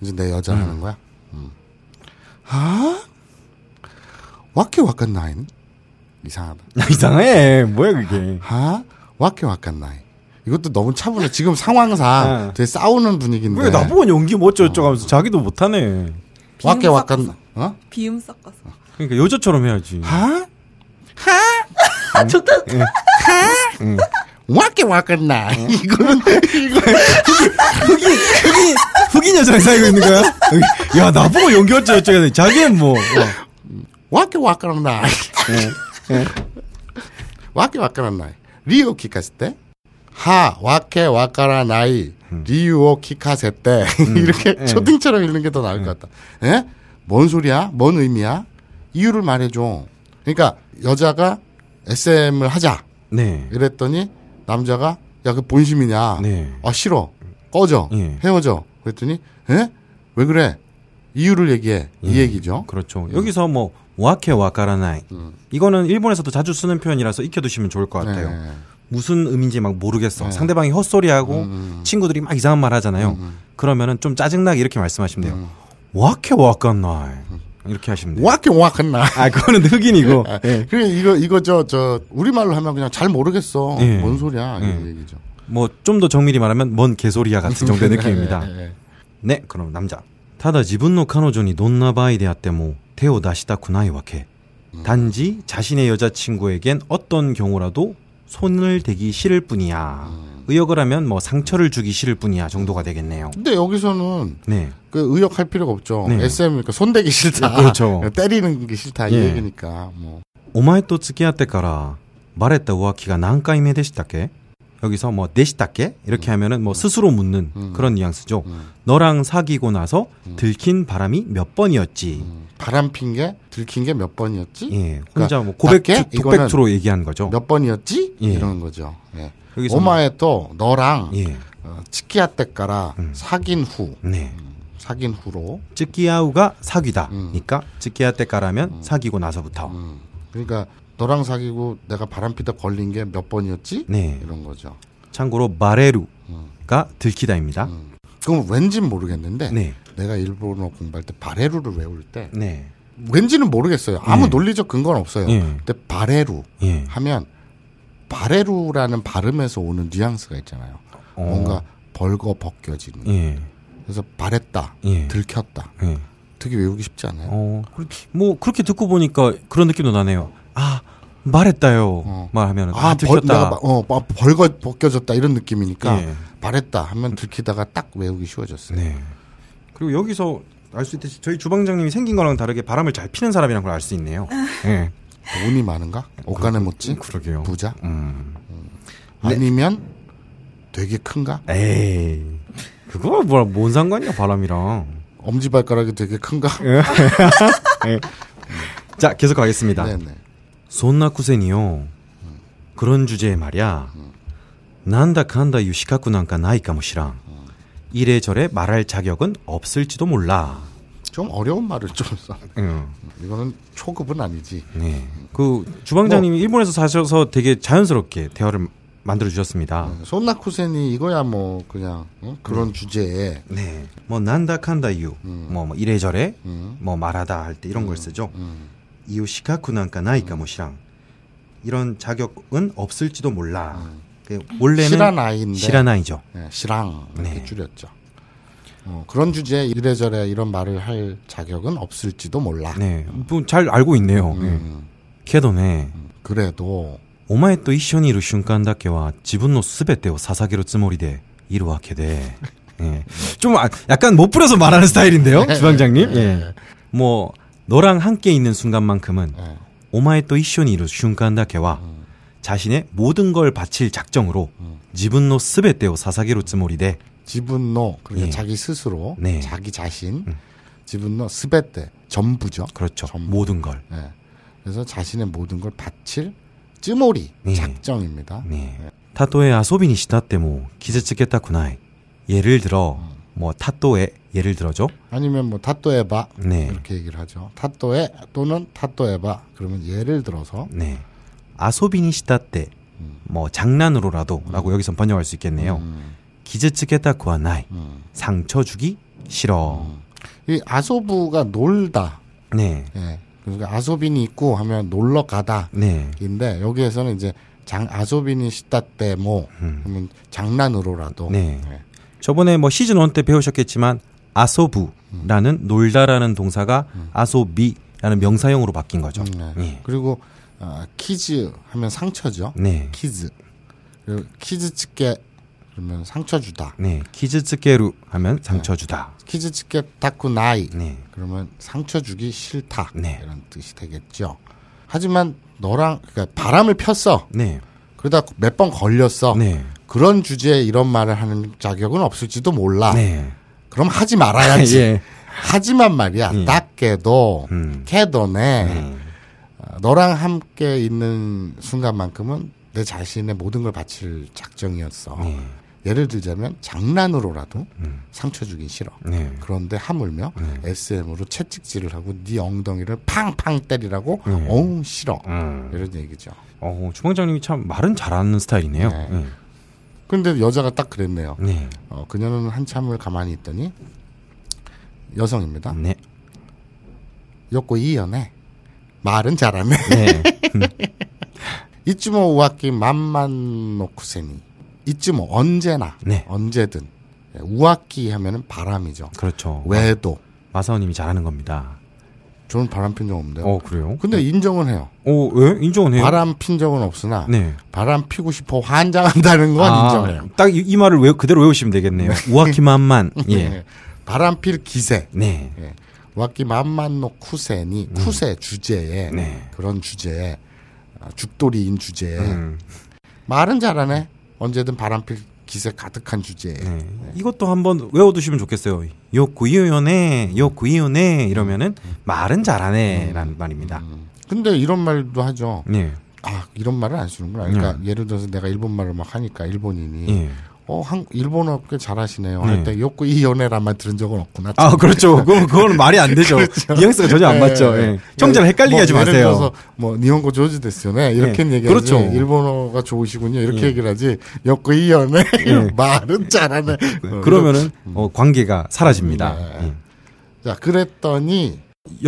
Speaker 1: 이제 내 여자 하는 거야? 음. 하? 와케 와깐 나인? 이상하다.
Speaker 3: 음. 이상해. 뭐야, 그게.
Speaker 1: 하? 와케 와깐 나인. 이것도 너무 차분해. 지금 상황상
Speaker 3: 네.
Speaker 1: 되게 싸우는 분위기인데.
Speaker 3: 왜 나보고 연기 뭐 어쩌고저쩌고 하면서 자기도 못하네.
Speaker 1: 와케
Speaker 2: 비음
Speaker 1: 와깐, 어?
Speaker 2: 비음 섞어서.
Speaker 3: 그러니까 여자처럼 해야지.
Speaker 1: 하?
Speaker 2: 아, 좋다.
Speaker 1: 와케 와깐 나인. 이거는, 이거
Speaker 3: 흑인, 흑인, 흑인 여자랑 사귀고 있는 거야? 야, 나보고 연기 어쩌고 저쩌고 하네. 자기는 뭐. 어.
Speaker 1: 와케 와까란 나이.
Speaker 3: 네,
Speaker 1: 와케 와까란 나이. 리오 키카세테? 하, 와케 와까란 나이.
Speaker 3: 음.
Speaker 1: 리오 키카세테. 이렇게
Speaker 3: 네.
Speaker 1: 초딩처럼 읽는 게 더 나을
Speaker 3: 음.
Speaker 1: 것 같다. 예? 뭔 소리야? 뭔 의미야? 이유를 말해줘. 그러니까 여자가 SM을 하자.
Speaker 3: 네.
Speaker 1: 이랬더니 남자가 야, 그 본심이냐?
Speaker 3: 네.
Speaker 1: 아, 싫어. 꺼져.
Speaker 3: 예.
Speaker 1: 헤어져. 그랬더니 예? 왜 그래? 이유를 얘기해. 이 얘기죠.
Speaker 3: 그렇죠. 여기서 뭐, 와케 와카라나이.
Speaker 1: 음.
Speaker 3: 이거는 일본에서도 자주 쓰는 표현이라서 익혀두시면 좋을 것 같아요.
Speaker 1: 네.
Speaker 3: 무슨 의미인지 막 모르겠어. 상대방이 헛소리하고
Speaker 1: 음,
Speaker 3: 친구들이 막 이상한 말 하잖아요. 그러면은 좀 짜증나게 이렇게 말씀하시면 돼요. 와케 와카라나이. 이렇게 하시면
Speaker 1: 음.
Speaker 3: 돼요.
Speaker 1: 와켓 네. 와켓 나.
Speaker 3: 아, 그거는 흑인이고. 예.
Speaker 1: 그래 이거 이거 저 저 우리 말로 하면 그냥 잘 모르겠어.
Speaker 3: 예.
Speaker 1: 뭔 소리야 이런
Speaker 3: 예.
Speaker 1: 얘기죠.
Speaker 3: 뭐, 좀 더 정밀히 말하면 뭔 개소리야 같은 정도의 느낌입니다.
Speaker 1: 예, 예.
Speaker 3: ね、この남자。ただ自分の彼女にどんな場合であっても手を出したくないわけ。단지자신의여자친구에겐어떤경우라도손을대기싫을뿐이야
Speaker 1: 음.
Speaker 3: 의역을 하면 뭐 상처를 주기 싫을 뿐이야 정도가 되겠네요.
Speaker 1: 근데 여기서는
Speaker 3: 네.
Speaker 1: 그 의역할 필요가 없죠.
Speaker 3: 네.
Speaker 1: SM이니까 그 손대기 싫다.
Speaker 3: 그렇죠.
Speaker 1: 때리는 게 싫다 이
Speaker 3: 예.
Speaker 1: 얘기니까 뭐.
Speaker 3: お前と付き合ってからバレた浮気が何回目でしたっけ 여기서 뭐 내시답게 이렇게 하면은 뭐 스스로 묻는 그런 뉘앙스죠.
Speaker 1: 음.
Speaker 3: 너랑 사귀고 나서 들킨 바람이 몇 번이었지.
Speaker 1: 음, 바람 핀게 들킨 게 몇 번이었지?
Speaker 3: 예,
Speaker 1: 그러니까
Speaker 3: 혼자 뭐 고백
Speaker 1: 낮게 이거는
Speaker 3: 툭백투로 얘기한 거죠.
Speaker 1: 몇 번이었지?
Speaker 3: 예.
Speaker 1: 이런 거죠. 예.
Speaker 3: 여기서 뭐
Speaker 1: 오마에 또 너랑
Speaker 3: 예, 음.
Speaker 1: 어, 치키야 때까라 사귄 후
Speaker 3: 네.
Speaker 1: 사귄 후로
Speaker 3: 쯔끼야우가 사귀다니까 쯔끼야 때까라면 사귀고 나서부터.
Speaker 1: 음, 그러니까 너랑 사귀고 내가 바람 피다 걸린 게 몇 번이었지?
Speaker 3: 네.
Speaker 1: 이런 거죠.
Speaker 3: 참고로 마레루가
Speaker 1: 음.
Speaker 3: 들키다입니다.
Speaker 1: 그럼 왠진 모르겠는데
Speaker 3: 네,
Speaker 1: 내가 일본어 공부할 때 바레루를 외울 때
Speaker 3: 네,
Speaker 1: 왠지는 모르겠어요. 아무
Speaker 3: 예.
Speaker 1: 논리적 근거는 없어요.
Speaker 3: 예.
Speaker 1: 근데 바레루
Speaker 3: 예.
Speaker 1: 하면 바레루라는 발음에서 오는 뉘앙스가 있잖아요.
Speaker 3: 어.
Speaker 1: 뭔가 벌거 벗겨지는.
Speaker 3: 예,
Speaker 1: 그래서 바랬다,
Speaker 3: 예.
Speaker 1: 들켰다.
Speaker 3: 예.
Speaker 1: 되게 외우기 쉽지 않아요.
Speaker 3: 어, 그- 뭐 그렇게 듣고 보니까 그런 느낌도 나네요. 아 말했다요.
Speaker 1: 어.
Speaker 3: 말하면 아,
Speaker 1: 아, 벌, 내가
Speaker 3: 들켰다.
Speaker 1: 막, 어, 막 벌거 벗겨졌다 이런 느낌이니까
Speaker 3: 예.
Speaker 1: 바랬다 하면 들키다가 딱 외우기 쉬워졌어요.
Speaker 3: 네. 그리고 여기서 알 수 있듯이 저희 주방장님이 생긴 거랑 다르게 바람을 잘 피는 사람이란 걸 알 수 있네요. 예.
Speaker 1: 돈이 많은가? 옷간에 못지?
Speaker 3: 그러게요.
Speaker 1: 아. 부자?
Speaker 3: 음.
Speaker 1: 아니면 되게 큰가?
Speaker 3: 에이. 그거 뭐라 뭔 상관이야 바람이랑.
Speaker 1: 엄지발가락이 되게 큰가?
Speaker 3: 예? 자 계속 가겠습니다.
Speaker 1: 네네.
Speaker 3: 손나 쿠세니요. 그런 주제에 말이야. 난다 칸다 유시카쿠 난까 나이 까무시랑. 이래저래 말할 자격은 없을지도 몰라.
Speaker 1: 좀 어려운 말을 좀 써.
Speaker 3: 응.
Speaker 1: 이거는 초급은 아니지.
Speaker 3: 네. 그 주방장님이 일본에서 사셔서 되게 자연스럽게 대화를 만들어 주셨습니다.
Speaker 1: 손나쿠센이 이거야 뭐 그냥 응? 그런 주제에
Speaker 3: 네. 뭐 난다 칸다 유. 뭐, 뭐 이래저래
Speaker 1: 음.
Speaker 3: 뭐 말하다 할 때 이런 걸 쓰죠.
Speaker 1: 음.
Speaker 3: 이유시카쿠 난까 나이까 모시랑. 이런 자격은 없을지도 몰라. 그 원래는
Speaker 1: 음. 실한아이인데
Speaker 3: 시라나이죠.
Speaker 1: 예, 실랑 이렇게
Speaker 3: 네.
Speaker 1: 줄였죠. 어, 그런 주제에 이래저래 이런 말을 할 자격은 없을지도 몰라.
Speaker 3: 네. 뭐잘 알고 있네요.
Speaker 1: 음,
Speaker 3: けどね、
Speaker 1: 그래도
Speaker 3: お前と一緒にいる瞬間だけは自分の全てを捧げるつもりでいるわけ で。え좀 아- 약간 못 부려서 말하는 스타일인데요,
Speaker 1: 네.
Speaker 3: 주방장님. 예. 뭐 너랑 함께 있는 순간만큼은
Speaker 1: 예,
Speaker 3: 오마에 또一緒に 이루 순간だけは
Speaker 1: 음.
Speaker 3: 자신의 모든 걸 바칠 작정으로 지분노 스베테오 사사기로 쯔모리데
Speaker 1: 지분노 그러니까
Speaker 3: 예.
Speaker 1: 자기 스스로
Speaker 3: 네.
Speaker 1: 자기 자신 지분노 스베테 전부죠.
Speaker 3: 그렇죠.
Speaker 1: 전부.
Speaker 3: 모든 걸.
Speaker 1: 예. 그래서 자신의 모든 걸 바칠 쯔모리
Speaker 3: 네.
Speaker 1: 작정입니다.
Speaker 3: 네. 타또에 아소비니 시다때모 기세츠겠다쿠나이. 예를 들어
Speaker 1: 음.
Speaker 3: 뭐 타또에 예를 들어죠.
Speaker 1: 아니면 뭐 타또에바
Speaker 3: 네.
Speaker 1: 이렇게 얘기를 하죠. 타또에 또는 타또에바 그러면 예를 들어서
Speaker 3: 네. 아소비니 시다때 뭐 장난으로라도라고 여기선 번역할 수 있겠네요.
Speaker 1: 음,
Speaker 3: 기즈츠게다쿠와 나이
Speaker 1: 음.
Speaker 3: 상처 주기 싫어.
Speaker 1: 이 아소부가 놀다.
Speaker 3: 네.
Speaker 1: 예. 그러니까 아소빈이 있고 하면 놀러 가다인데
Speaker 3: 네.
Speaker 1: 여기에서는 이제 장 아소빈이 시다 때뭐 그러면 장난으로라도
Speaker 3: 음. 네.
Speaker 1: 예.
Speaker 3: 저번에 뭐 시즌 1 때 배우셨겠지만 아소부라는 놀다라는 동사가 아소비라는 명사형으로 바뀐 거죠.
Speaker 1: 음, 예.
Speaker 3: 네.
Speaker 1: 그리고 아, 키즈 하면 상처죠.
Speaker 3: 네.
Speaker 1: 키즈. 그리고 키즈 츠게 그러면 상처 주다.
Speaker 3: 네. 기즈츠게루 하면
Speaker 1: 네.
Speaker 3: 상처 주다.
Speaker 1: 키즈 츠게 다쿠 나이.
Speaker 3: 네.
Speaker 1: 그러면 상처 주기 싫다
Speaker 3: 네.
Speaker 1: 이런 뜻이 되겠죠. 하지만 너랑 그러니까 바람을 폈어.
Speaker 3: 네.
Speaker 1: 그러다 몇 번 걸렸어.
Speaker 3: 네.
Speaker 1: 그런 주제에 이런 말을 하는 자격은 없을지도 몰라.
Speaker 3: 네.
Speaker 1: 그럼 하지 말아야지.
Speaker 3: 예.
Speaker 1: 하지만 말이야. 딱게도
Speaker 3: 음.
Speaker 1: 캐도네. 어, 너랑 함께 있는 순간만큼은 내 자신의 모든 걸 바칠 작정이었어.
Speaker 3: 네.
Speaker 1: 예를 들자면 장난으로라도
Speaker 3: 음.
Speaker 1: 상처 주긴 싫어.
Speaker 3: 네.
Speaker 1: 그런데 하물며 SM으로 채찍질을 하고 네 엉덩이를 팡팡 때리라고
Speaker 3: 네.
Speaker 1: 어우 싫어.
Speaker 3: 음.
Speaker 1: 이런 얘기죠.
Speaker 3: 어, 주방장님이 참 말은 잘하는 스타일이네요.
Speaker 1: 네.
Speaker 3: 네.
Speaker 1: 근데 여자가 딱 그랬네요.
Speaker 3: 네.
Speaker 1: 어, 그녀는 한참을 가만히 있더니 여성입니다.
Speaker 3: 네.
Speaker 1: 욕고 이연해 말은 잘하네.
Speaker 3: 네.
Speaker 1: 이쯤오 우아키 맘만 놓고세니 이쯤오 언제나
Speaker 3: 네.
Speaker 1: 언제든 예, 우아키 하면은 바람이죠.
Speaker 3: 그렇죠.
Speaker 1: 외도
Speaker 3: 마사오님이 잘하는 겁니다.
Speaker 1: 저는 바람 핀 적 없는데요.
Speaker 3: 어, 그래요?
Speaker 1: 근데 인정은 해요.
Speaker 3: 어, 왜? 인정은
Speaker 1: 네.
Speaker 3: 해요?
Speaker 1: 바람 핀 적은 없으나
Speaker 3: 네.
Speaker 1: 바람 피고 싶어 환장한다는 건
Speaker 3: 아,
Speaker 1: 인정해요.
Speaker 3: 딱이 이 말을 외, 그대로 외우시면 되겠네요. 우아키만만. 예.
Speaker 1: 예. 바람 필 기세.
Speaker 3: 네.
Speaker 1: 예. 우아키 맘만 놓쿠세니 쿠세 주제에
Speaker 3: 음. 네.
Speaker 1: 그런 주제에 아, 죽돌이인 주제에
Speaker 3: 음.
Speaker 1: 말은 잘하네. 언제든 바람필 기세 가득한 주제예요.
Speaker 3: 네. 이것도 한번 외워두시면 좋겠어요. 요구이요네, 요구이요네 이러면은 말은 잘하네라는 말입니다.
Speaker 1: 음, 근데 이런 말도 하죠.
Speaker 3: 네,
Speaker 1: 아 이런 말을 안 쓰는구나. 그러니까 예를 들어서 내가 일본 말을 막 하니까 일본인이
Speaker 3: 예.
Speaker 1: 어 한, 일본어 꽤 잘하시네요.
Speaker 3: 네.
Speaker 1: 할 때 욕구 이 연애란 말 들은 적은 없구나.
Speaker 3: 아 그렇죠. 그건, 그건 말이 안 되죠. 뉘앙스가 전혀 안
Speaker 1: 예,
Speaker 3: 맞죠.
Speaker 1: 예.
Speaker 3: 예. 청자를 헷갈리게
Speaker 1: 뭐
Speaker 3: 하지
Speaker 1: 예를
Speaker 3: 마세요.
Speaker 1: 들어서 뭐 니혼고 조지 됐요네 이렇게
Speaker 3: 예.
Speaker 1: 얘기하지.
Speaker 3: 그렇죠.
Speaker 1: 일본어가 좋으시군요. 이렇게 얘기를 하지. 욕구 이 연애
Speaker 3: 예.
Speaker 1: 말은 잘하네. 어,
Speaker 3: 그러면은 어, 관계가 사라집니다.
Speaker 1: 네.
Speaker 3: 예.
Speaker 1: 자 그랬더니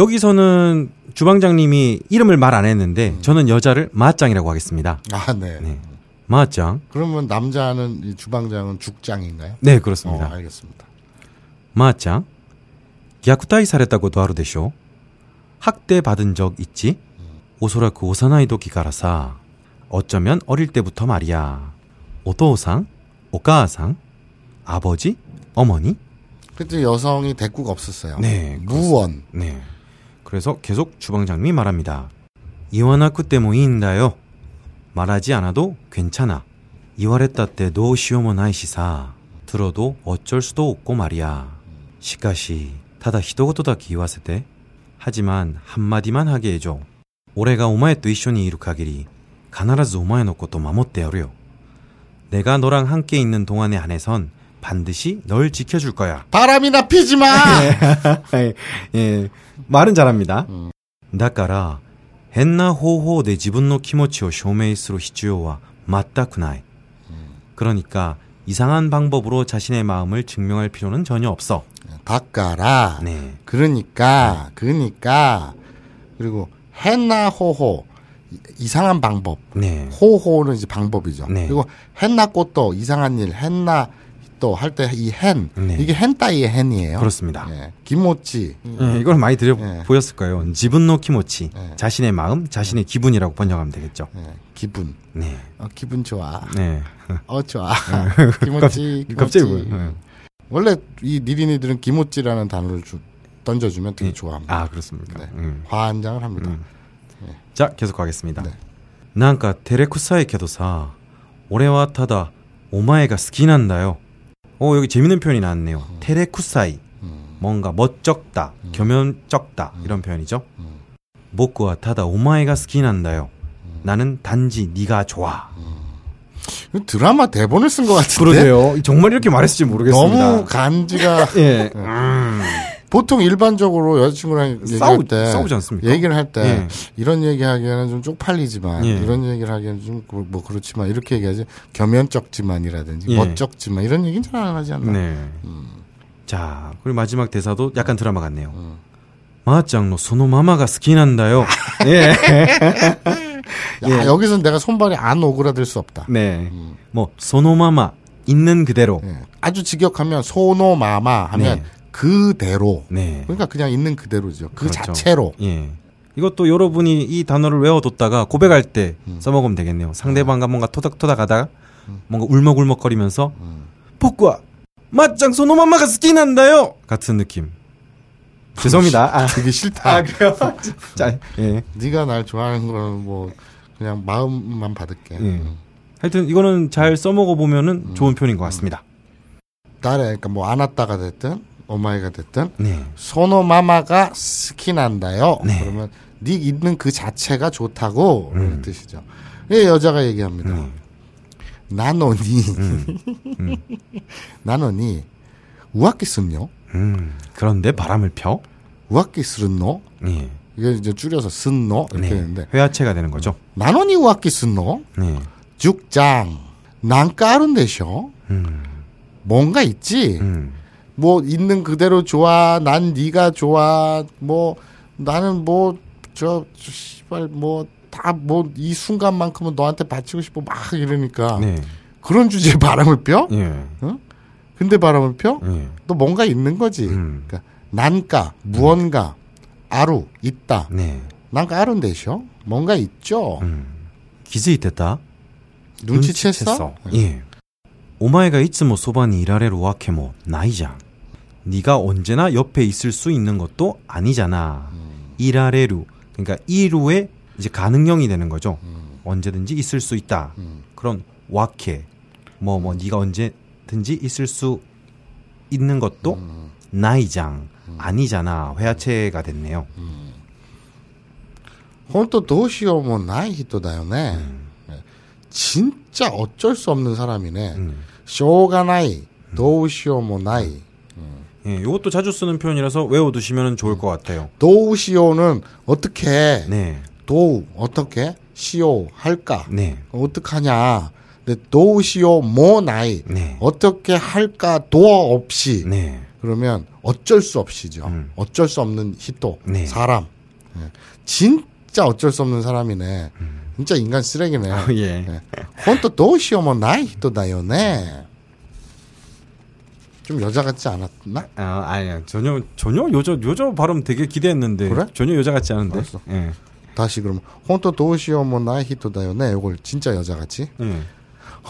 Speaker 3: 여기서는 주방장님이 이름을 말 안 했는데
Speaker 1: 음.
Speaker 3: 저는 여자를 마짱이라고 하겠습니다.
Speaker 1: 아 네.
Speaker 3: 네. 마짱.
Speaker 1: 그러면 남자는 이 주방장은 죽장인가요?
Speaker 3: 네
Speaker 1: 어,
Speaker 3: 그렇습니다.
Speaker 1: 알겠습니다.
Speaker 3: 마짱. 虐待されたこと 하루でしょ? 학대 받은 적 있지? 오소라쿠 오사나이도 기가라사. 어쩌면 어릴 때부터 말이야. 오토상, 오가상, 아버지, 어머니.
Speaker 1: 그때 여성이 대꾸가 없었어요.
Speaker 3: 네,
Speaker 1: 무원.
Speaker 3: 네. 그래서 계속 주방장님이 말합니다. 이와나쿠 때모인다요. 뭐 말하지 않아도 괜찮아. 이와랬다 때 노시오모 나이시사. 들어도 어쩔 수도 없고 말이야. 시카시 타다 히도고토다키 이와세테. 하지만 한마디만 하게 해줘. 올해가 오마에 또 이쇼니 이루 가기리. 必ず 오마에 놓고또 마모떼 하려. 내가 너랑 함께 있는 동안의 안에선 반드시 널 지켜줄 거야.
Speaker 1: 바람이나 피지 마.
Speaker 3: 예, 예. 말은 잘합니다. だから変な方法で自分の気持ちを証明する必要は全くない。 그러니까 이상한 방법으로 자신의 마음을 증명할 필요는 전혀 없어.
Speaker 1: 네, 닦아라.
Speaker 3: 네.
Speaker 1: 그러니까, 그러니까. 그리고 했나 호호 이- 이상한 방법.
Speaker 3: 네.
Speaker 1: 호호는 이제 방법이죠.
Speaker 3: 네.
Speaker 1: 그리고 했나 꽃도 이상한 일 했나 또 할 때 이 hen.
Speaker 3: 네.
Speaker 1: 이게 헨 따위의 hen이에요.
Speaker 3: 그렇습니다.
Speaker 1: 예. 김모찌.
Speaker 3: 예, 이걸 많이 들여
Speaker 1: 예.
Speaker 3: 보였을 거예요. 지분노 키모치.
Speaker 1: 예.
Speaker 3: 자신의 마음, 자신의 기분이라고 번역하면 되겠죠.
Speaker 1: 예. 기분.
Speaker 3: 네.
Speaker 1: 어, 기분 좋아.
Speaker 3: 네.
Speaker 1: 어 좋아. 김모찌.
Speaker 3: 그러니까 갑자기
Speaker 1: 김모찌.
Speaker 3: 뭐, 예.
Speaker 1: 원래 이 니린이들은 김모찌라는 단어를 주- 던져주면 되게 좋아합니다.
Speaker 3: 아, 그렇습니까?
Speaker 1: 네.
Speaker 3: 음.
Speaker 1: 화한장을 합니다.
Speaker 3: 자 계속하겠습니다.
Speaker 1: 네.
Speaker 3: なんか照れくさいけどさ俺はただお前が好きなんだよ오 어, 여기 재밌는 표현이 나왔네요. 테레쿠사이
Speaker 1: 음.
Speaker 3: 뭔가 멋쩍다, 겸연쩍다 이런 표현이죠.
Speaker 1: 음.
Speaker 3: 僕は 타다 오마이가 好きなんだよ. 나는 단지 네가 좋아.
Speaker 1: 음. 이거 드라마 대본을 쓴 것 같은데.
Speaker 3: 정말 이렇게 말했을지 모르겠습니다.
Speaker 1: 네? 너무 간지가
Speaker 3: 예.
Speaker 1: 보통 일반적으로 여자친구랑 얘기할
Speaker 3: 싸우-
Speaker 1: 때
Speaker 3: 싸우지 않습니까?
Speaker 1: 얘기를 할 때
Speaker 3: 예.
Speaker 1: 이런 얘기하기에는 좀 쪽팔리지만
Speaker 3: 예.
Speaker 1: 이런 얘기를 하기에는 좀 뭐 그렇지만 이렇게 얘기하지 겸연쩍지만이라든지
Speaker 3: 예.
Speaker 1: 멋쩍지만 이런 얘기는 잘 안 하지 않나.
Speaker 3: 네.
Speaker 1: 음.
Speaker 3: 자, 그리고 마지막 대사도 약간 드라마 같네요. 마짱노 소노마마가 好きなんだよ. 예.
Speaker 1: 야, 여기서 내가 손발이 안 오그라들 수 없다. 음.
Speaker 3: 네. 뭐 소노마마 있는 그대로.
Speaker 1: 예. 아주 직역하면 소노마마 하면
Speaker 3: 네.
Speaker 1: 그대로.
Speaker 3: 네.
Speaker 1: 그러니까 그냥 있는 그대로죠. 그
Speaker 3: 그렇죠.
Speaker 1: 자체로.
Speaker 3: 예. 이것도 여러분이 이 단어를 외워뒀다가 고백할 때
Speaker 1: 음.
Speaker 3: 써먹으면 되겠네요. 상대방과 뭔가 토닥토닥하다가 뭔가 울먹울먹거리면서
Speaker 1: 음.
Speaker 3: 복과 맞짱 소노마마가 스킨한다요 같은 느낌. 죄송합니다. 아,
Speaker 1: 되게 싫다.
Speaker 3: 아 그래요? 자, 예.
Speaker 1: 네가 날 좋아하는 거는 뭐 그냥 마음만 음. 받을게.
Speaker 3: 예. 하여튼 이거는 잘 써먹어 보면은 좋은 표현인 것 같습니다.
Speaker 1: 딸에 그러니까 뭐 안았다가 됐든 어마이가 됐든
Speaker 3: 네.
Speaker 1: 소노마마가 스킨한다요.
Speaker 3: 네. 음.
Speaker 1: 그러면 네 있는 그 자체가 좋다고 그런 뜻이죠. 예, 여자가 얘기합니다. 나노니
Speaker 3: 음.
Speaker 1: 나노니 우아키스요?
Speaker 3: 음. 그런데 바람을 펴.
Speaker 1: 우아키스르노?
Speaker 3: 예.
Speaker 1: 이게 이제 줄여서 쓴노 이렇게
Speaker 3: 네.
Speaker 1: 되는데
Speaker 3: 회화체가 되는 거죠.
Speaker 1: 나노니 우아키스노?
Speaker 3: 네.
Speaker 1: 죽장 난까른데쇼?
Speaker 3: 음.
Speaker 1: 뭔가 있지?
Speaker 3: 음.
Speaker 1: 뭐 있는 그대로 좋아 난 네가 좋아 뭐 나는 뭐 저 씨발 뭐 다 뭐 이 순간만큼은 너한테 바치고 싶어 막 이러니까
Speaker 3: 네.
Speaker 1: 그런 주제에 바람을 펴?
Speaker 3: 예.
Speaker 1: 근데 바람을 펴?
Speaker 3: 예.
Speaker 1: 또 뭔가 있는 거지.
Speaker 3: 음.
Speaker 1: 그러니까 난가 무언가 아루 있다.
Speaker 3: 네.
Speaker 1: 난가 아른데셔? 뭔가 있죠.
Speaker 3: 음. 기즈이됐다.
Speaker 1: 눈치챘어?
Speaker 3: 예. 오마이가 이츠모 소반이 일하레로 와케모 나이장. 네가 언제나 옆에 있을 수 있는 것도 아니잖아.
Speaker 1: 음.
Speaker 3: 일하레루. 그러니까 이루의
Speaker 1: 음.
Speaker 3: 이제 가능형이 되는 거죠. 언제든지 있을 수 있다. 그런 와케. 뭐 뭐 네가 언제든지 있을 수 있는 것도
Speaker 1: 음.
Speaker 3: 나이장 아니잖아 회화체가 됐네요.
Speaker 1: 本当どうしようもない人だよね。ちんちゃおっちょいそう없는사람이네
Speaker 3: 음.
Speaker 1: しょうがない。どうしようもない。
Speaker 3: 예, 이것도 자주 쓰는 표현이라서 외워두시면 좋을 것 같아요.
Speaker 1: 도우시오는 어떻게 해?
Speaker 3: 네,
Speaker 1: 도우 어떻게 시오 할까?
Speaker 3: 네,
Speaker 1: 어떡하냐? 근데 도우시오 뭐 나이
Speaker 3: 네.
Speaker 1: 어떻게 할까 도 없이
Speaker 3: 네,
Speaker 1: 그러면 어쩔 수 없이죠.
Speaker 3: 음.
Speaker 1: 어쩔 수 없는 히토
Speaker 3: 네.
Speaker 1: 사람 예. 진짜 어쩔 수 없는 사람이네.
Speaker 3: 음.
Speaker 1: 진짜 인간 쓰레기네.
Speaker 3: 아, 예.
Speaker 1: 예. 혼또 도우시오 뭐 나이 히토다요네. 좀 여자 같지 않았나?
Speaker 3: 아 아니야 전혀 전혀 요저 요저 발음 되게 기대했는데
Speaker 1: 그래?
Speaker 3: 전혀 여자 같지 않은데.
Speaker 1: 알았어.
Speaker 3: 예,
Speaker 1: 다시 그럼 혼또 도우시오 뭐 나이 히토다요네. 요걸 진짜 여자 같이.
Speaker 3: 예.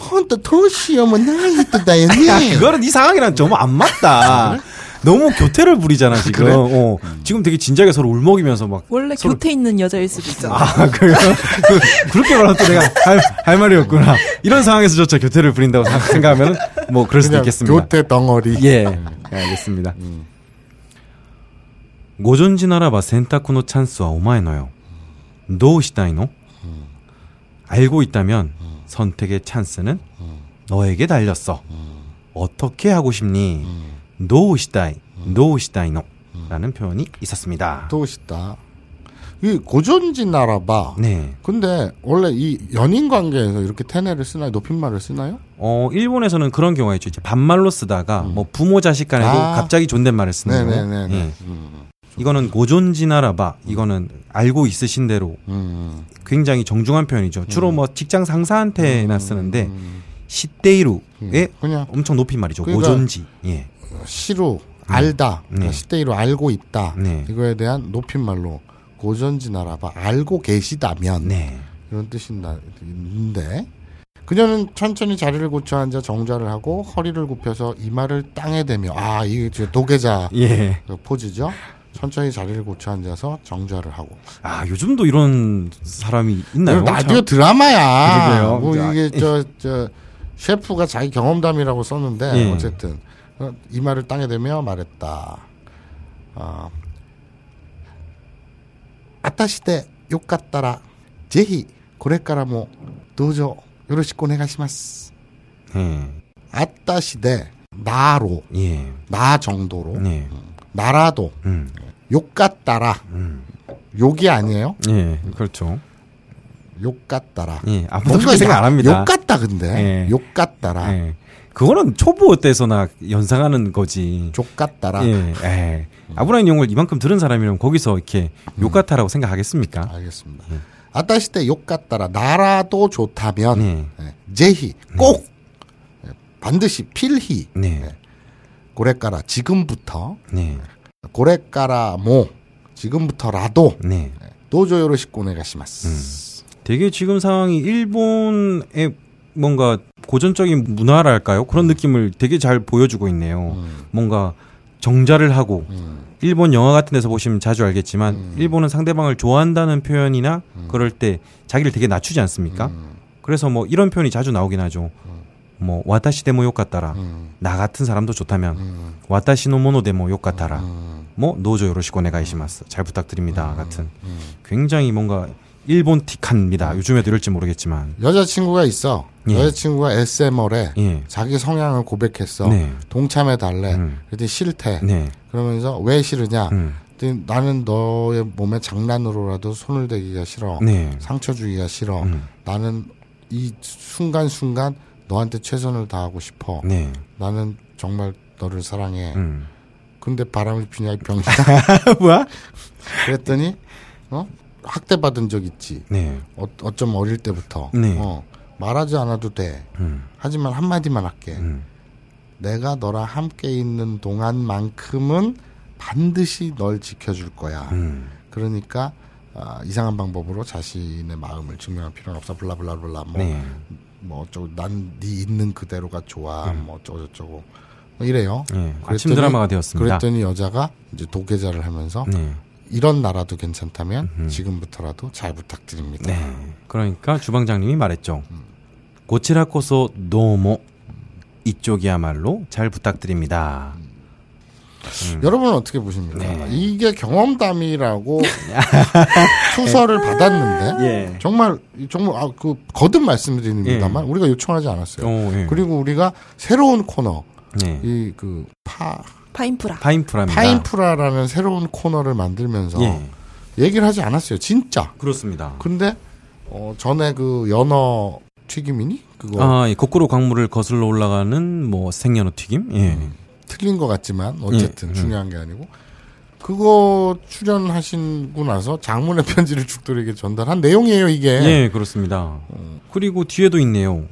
Speaker 1: 혼또 도우시오 뭐 나이 히토다요네.
Speaker 3: 아, 그거는 이 상황이랑 너무 안 맞다. 너무 교태를 부리잖아 지금.
Speaker 1: 아, 그래? 음.
Speaker 3: 어. 지금 되게 진지하게 서로 울먹이면서 막.
Speaker 2: 원래
Speaker 3: 서로-
Speaker 2: 교태 있는 여자일 수도 있잖아.
Speaker 3: 아 그래요? 그, 그렇게 말하면 또 내가 할, 할 말이 없구나. 이런 상황에서조차 교태를 부린다고 생각하면 뭐 그럴 수도
Speaker 1: 그냥
Speaker 3: 있겠습니다.
Speaker 1: 교태 덩어리.
Speaker 3: 예,
Speaker 1: 음.
Speaker 3: 알겠습니다. 고전지나라바 센타쿠노 찬스와 오마에너요. 노시다이노?
Speaker 1: 음.
Speaker 3: 알고 있다면 선택의 찬스는
Speaker 1: 음.
Speaker 3: 너에게 달렸어. 어떻게 하고 싶니?
Speaker 1: 음.
Speaker 3: 노시다이, 노시다이노. 라는 표현이 있었습니다.
Speaker 1: 도우시다이 고전지 나라봐.
Speaker 3: 네.
Speaker 1: 근데 원래 이 연인 관계에서 이렇게 테네를 쓰나요? 높임말을 쓰나요?
Speaker 3: 어, 일본에서는 그런 경우가 있죠. 이제 반말로 쓰다가 뭐 부모 자식 간에도
Speaker 1: 음. 아.
Speaker 3: 갑자기 존댓말을 쓰는 거.
Speaker 1: 네네네네. 음.
Speaker 3: 예. 이거는 고존지나라바. 이거는 알고 있으신 대로
Speaker 1: 음.
Speaker 3: 굉장히 정중한 표현이죠. 주로 뭐 직장
Speaker 1: 음.
Speaker 3: 상사한테나 쓰는데 시데이루의
Speaker 1: 그냥
Speaker 3: 엄청 높인 말이죠.
Speaker 1: 음. 그러니까-
Speaker 3: 고존지. 예.
Speaker 1: 시로 알다. 그러니까
Speaker 3: 네.
Speaker 1: 시대이로 알고 있다.
Speaker 3: 네.
Speaker 1: 이거에 대한 높임말로 고전지 나라봐. 알고 계시다면
Speaker 3: 네.
Speaker 1: 이런 뜻인데 그녀는 천천히 자리를 고쳐 앉아 정좌를 하고 허리를 굽혀서 이마를 땅에 대며 아 이게 진짜 도계자
Speaker 3: 예.
Speaker 1: 그 포즈죠. 천천히 자리를 고쳐 앉아서 정좌를 하고.
Speaker 3: 아, 요즘도 이런 사람이 있나요?
Speaker 1: 라디오
Speaker 3: 네, 참-
Speaker 1: 드라마야.
Speaker 3: 그러게요.
Speaker 1: 뭐
Speaker 3: 아,
Speaker 1: 이게 저, 저 셰프가 자기 경험담이라고 썼는데
Speaker 3: 예.
Speaker 1: 어쨌든 어, 이 말을 땅에 대며 말했다. 아, 아타시대 욕같따라 제히 고래까라모 도저 요로시코 네가시마스.
Speaker 3: 예.
Speaker 1: 아타시대 나로
Speaker 3: 예.
Speaker 1: 나 정도로
Speaker 3: 네.
Speaker 1: 나라도
Speaker 3: 음.
Speaker 1: 욕같따라 욕이 아니에요.
Speaker 3: 예. 그렇죠.
Speaker 1: 욕같따라.
Speaker 3: 예. 아무도 그렇게 생각 안 합니다.
Speaker 1: 욕 같다 근데
Speaker 3: 예.
Speaker 1: 욕 같다라
Speaker 3: 예. 그거는 초보 때서나 연상하는 거지.
Speaker 1: 족 같다라
Speaker 3: 예. 예. 아브라인 용을 이만큼 들은 사람이라면 거기서 이렇게 욕같아라고 생각하겠습니까?
Speaker 1: 알겠습니다.
Speaker 3: 예.
Speaker 1: 아따시 때욕 같다라 나라도 좋다면
Speaker 3: 네.
Speaker 1: 예, 제히 꼭 예, 반드시 필히
Speaker 3: 네.
Speaker 1: 고래까라 지금부터
Speaker 3: 네.
Speaker 1: 고래까라 모 지금부터라도
Speaker 3: 네.
Speaker 1: 도조요로 식고네
Speaker 3: 음.
Speaker 1: 가시마스.
Speaker 3: 되게 지금 상황이 일본의 뭔가 고전적인 문화랄까요? 그런 느낌을 되게 잘 보여주고 있네요. 뭔가 정자를 하고
Speaker 1: 음,
Speaker 3: 일본 영화 같은 데서 보시면 자주 알겠지만 일본은 상대방을 좋아한다는 표현이나 그럴 때 자기를 되게 낮추지 않습니까? 그래서 뭐 이런 표현이 자주 나오긴 하죠. 뭐 와타시 데모 욕같다라
Speaker 1: 음.
Speaker 3: 나 같은 사람도 좋다면 와타시 노모노 데모 욕같다라
Speaker 1: 음.
Speaker 3: 뭐 노조 요로시고 네가이시마스 잘 부탁드립니다 같은 굉장히 뭔가 일본틱합니다. 요즘에도 이럴지 모르겠지만
Speaker 1: 여자친구가 있어.
Speaker 3: 예.
Speaker 1: 여자친구가 SMR에
Speaker 3: 예.
Speaker 1: 자기 성향을 고백했어.
Speaker 3: 네.
Speaker 1: 동참해 달래.
Speaker 3: 음.
Speaker 1: 그랬더니 싫대.
Speaker 3: 네.
Speaker 1: 그러면서 왜 싫으냐?
Speaker 3: 음.
Speaker 1: 그랬더니 나는 너의 몸에 장난으로라도 손을 대기가 싫어.
Speaker 3: 네.
Speaker 1: 상처 주기가 싫어.
Speaker 3: 음.
Speaker 1: 나는 이 순간순간 너한테 최선을 다하고 싶어.
Speaker 3: 네.
Speaker 1: 나는 정말 너를 사랑해.
Speaker 3: 음.
Speaker 1: 근데 바람이 피냐 이 병이다.
Speaker 3: 뭐야?
Speaker 1: 그랬더니 어? 학대받은 적 있지.
Speaker 3: 네.
Speaker 1: 어, 어쩜 어릴 때부터.
Speaker 3: 네.
Speaker 1: 어, 말하지 않아도 돼.
Speaker 3: 음.
Speaker 1: 하지만 한마디만 할게.
Speaker 3: 음.
Speaker 1: 내가 너랑 함께 있는 동안만큼은 반드시 널 지켜줄 거야.
Speaker 3: 음.
Speaker 1: 그러니까 아, 이상한 방법으로 자신의 마음을 증명할 필요는 없어. 블라블라블라 뭐,
Speaker 3: 네.
Speaker 1: 뭐 어쩌고 난 네 있는 그대로가 좋아.
Speaker 3: 음.
Speaker 1: 뭐 어쩌고 저쩌고 뭐 이래요.
Speaker 3: 예. 아침 드라마가 되었습니다.
Speaker 1: 그랬더니 여자가 이제 도계자를 하면서
Speaker 3: 네.
Speaker 1: 이런 나라도 괜찮다면 지금부터라도 잘
Speaker 3: 아.
Speaker 1: 부탁드립니다.
Speaker 3: 음. 네. 그러니까 주방장님이 말했죠. 고치라코소 노모 이쪽이야말로 잘 부탁드립니다.
Speaker 1: 여러분은 어떻게 보십니까?
Speaker 3: 네.
Speaker 1: 이게 경험담이라고 투서를 받았는데
Speaker 3: 예.
Speaker 1: 정말 정말 아, 그 거듭 말씀드립니다만 우리가 요청하지 않았어요.
Speaker 3: 오, 예.
Speaker 1: 그리고 우리가 새로운 코너
Speaker 3: 예.
Speaker 1: 이 그파
Speaker 2: 파인프라.
Speaker 3: 파인프라입니다.
Speaker 1: 파인프라라는 새로운 코너를 만들면서
Speaker 3: 예.
Speaker 1: 얘기를 하지 않았어요. 진짜.
Speaker 3: 그렇습니다.
Speaker 1: 근데 어, 전에 그 연어 튀김이니 그거
Speaker 3: 아, 예. 거꾸로 강물을 거슬러 올라가는 뭐 생연어 튀김. 예.
Speaker 1: 틀린 것 같지만 어쨌든
Speaker 3: 예, 음.
Speaker 1: 중요한 게 아니고 그거 출연하시고 나서 장문의 편지를 죽돌에게 전달한 내용이에요 이게
Speaker 3: 예, 그렇습니다. 그리고 뒤에도 있네요.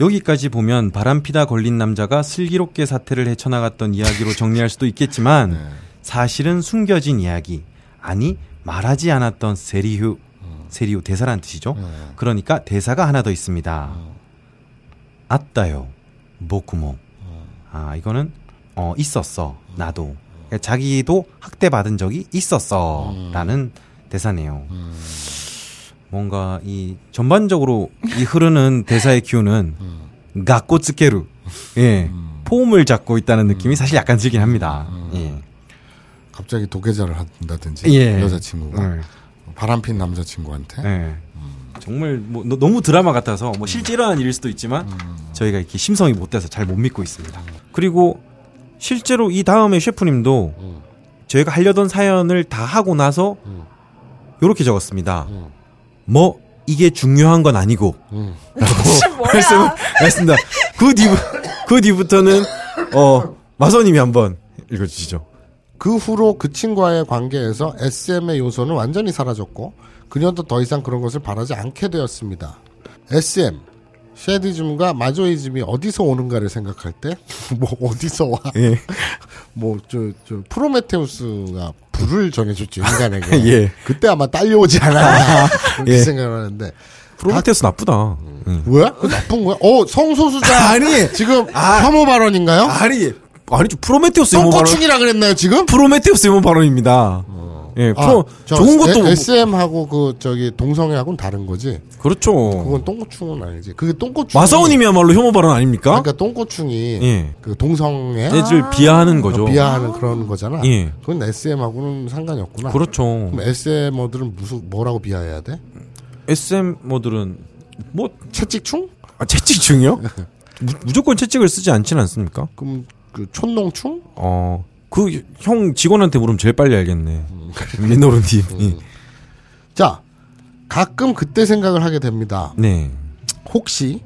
Speaker 3: 여기까지 보면 바람피다 걸린 남자가 슬기롭게 사태를 헤쳐나갔던 이야기로 정리할 수도
Speaker 1: 네.
Speaker 3: 있겠지만 사실은 숨겨진 이야기 아니 말하지 않았던 세리휴 세리휴 대사란 뜻이죠.
Speaker 1: 네.
Speaker 3: 그러니까 대사가 하나 더 있습니다. 아따요, 모구모. 아 이거는 어 있었어 나도 그러니까 자기도 학대받은 적이 있었어라는 어. 대사네요. 뭔가 이 전반적으로 이 흐르는 대사의 기운은
Speaker 1: 음.
Speaker 3: 가꼬츠케루 예 폼을 잡고 있다는 느낌이 사실 약간 들긴 합니다. 예.
Speaker 1: 갑자기 도계자를 한다든지
Speaker 3: 예.
Speaker 1: 여자친구가
Speaker 3: 음.
Speaker 1: 바람핀 남자친구한테
Speaker 3: 예. 정말 뭐 너- 너무 드라마 같아서 뭐 실제 일어난 일일 수도 있지만
Speaker 1: 음.
Speaker 3: 저희가 이렇게 심성이 못 돼서 잘 못 믿고 있습니다. 그리고 실제로 이 다음에 셰프님도
Speaker 1: 음.
Speaker 3: 저희가 하려던 사연을 다 하고 나서
Speaker 1: 음.
Speaker 3: 이렇게 적었습니다.
Speaker 1: 음.
Speaker 3: 뭐 이게 중요한 건 아니고
Speaker 1: 음.
Speaker 3: 말씀을
Speaker 2: 뭐야?
Speaker 3: 했습니다. 그 뒤부 그 뒤부터는 어 마선님이 한번 읽어주시죠.
Speaker 1: 그 후로 그 친구와의 관계에서 SM의 요소는 완전히 사라졌고 그녀도 더 이상 그런 것을 바라지 않게 되었습니다. SM 쉐디즘과 마조이즘이 어디서 오는가를 생각할 때 뭐 어디서 와?
Speaker 3: 예.
Speaker 1: 뭐저 저 프로메테우스가 불을 정해줬죠 인간에게.
Speaker 3: 예.
Speaker 1: 그때 아마 딸려오지 않아 그렇게
Speaker 3: 예.
Speaker 1: 생각하는데
Speaker 3: 프로메테우스 나쁘다. 예. 응.
Speaker 1: 왜? 그 나쁜 거야? 어 성소수자
Speaker 3: 아니.
Speaker 1: 지금 혐오 발언인가요?
Speaker 3: 아니 아니죠 프로메테우스 이모 발언
Speaker 1: 똥꼬충이라 그랬나요 지금?
Speaker 3: 프로메테우스 이모 발언입니다. 예,
Speaker 1: 아,
Speaker 3: 프로
Speaker 1: 저
Speaker 3: 좋은 것도
Speaker 1: 에- SM하고 그 저기 동성애하고는 다른 거지.
Speaker 3: 그렇죠.
Speaker 1: 그건 똥꼬충은 아니지. 그게 똥꼬충.
Speaker 3: 마사오님이야말로 혐오 발언 아닙니까?
Speaker 1: 그러니까 똥꼬충이
Speaker 3: 예.
Speaker 1: 그 동성애
Speaker 3: 애들 아, 비하하는 거죠.
Speaker 1: 비하하는 그런 거잖아.
Speaker 3: 예.
Speaker 1: 그건 SM하고는 상관이 없구나.
Speaker 3: 그렇죠.
Speaker 1: 그럼 SM어들은 무슨 뭐라고 비하해야 돼?
Speaker 3: SM 모들은 뭐
Speaker 1: 채찍충?
Speaker 3: 아, 채찍충이요? 무, 무조건 채찍을 쓰지 않진 않습니까?
Speaker 1: 그럼 그 촌농충?
Speaker 3: 어, 그 형 직원한테 물으면 제일 빨리 알겠네. 민노루님.
Speaker 1: 자, 가끔 그때 생각을 하게 됩니다.
Speaker 3: 네.
Speaker 1: 혹시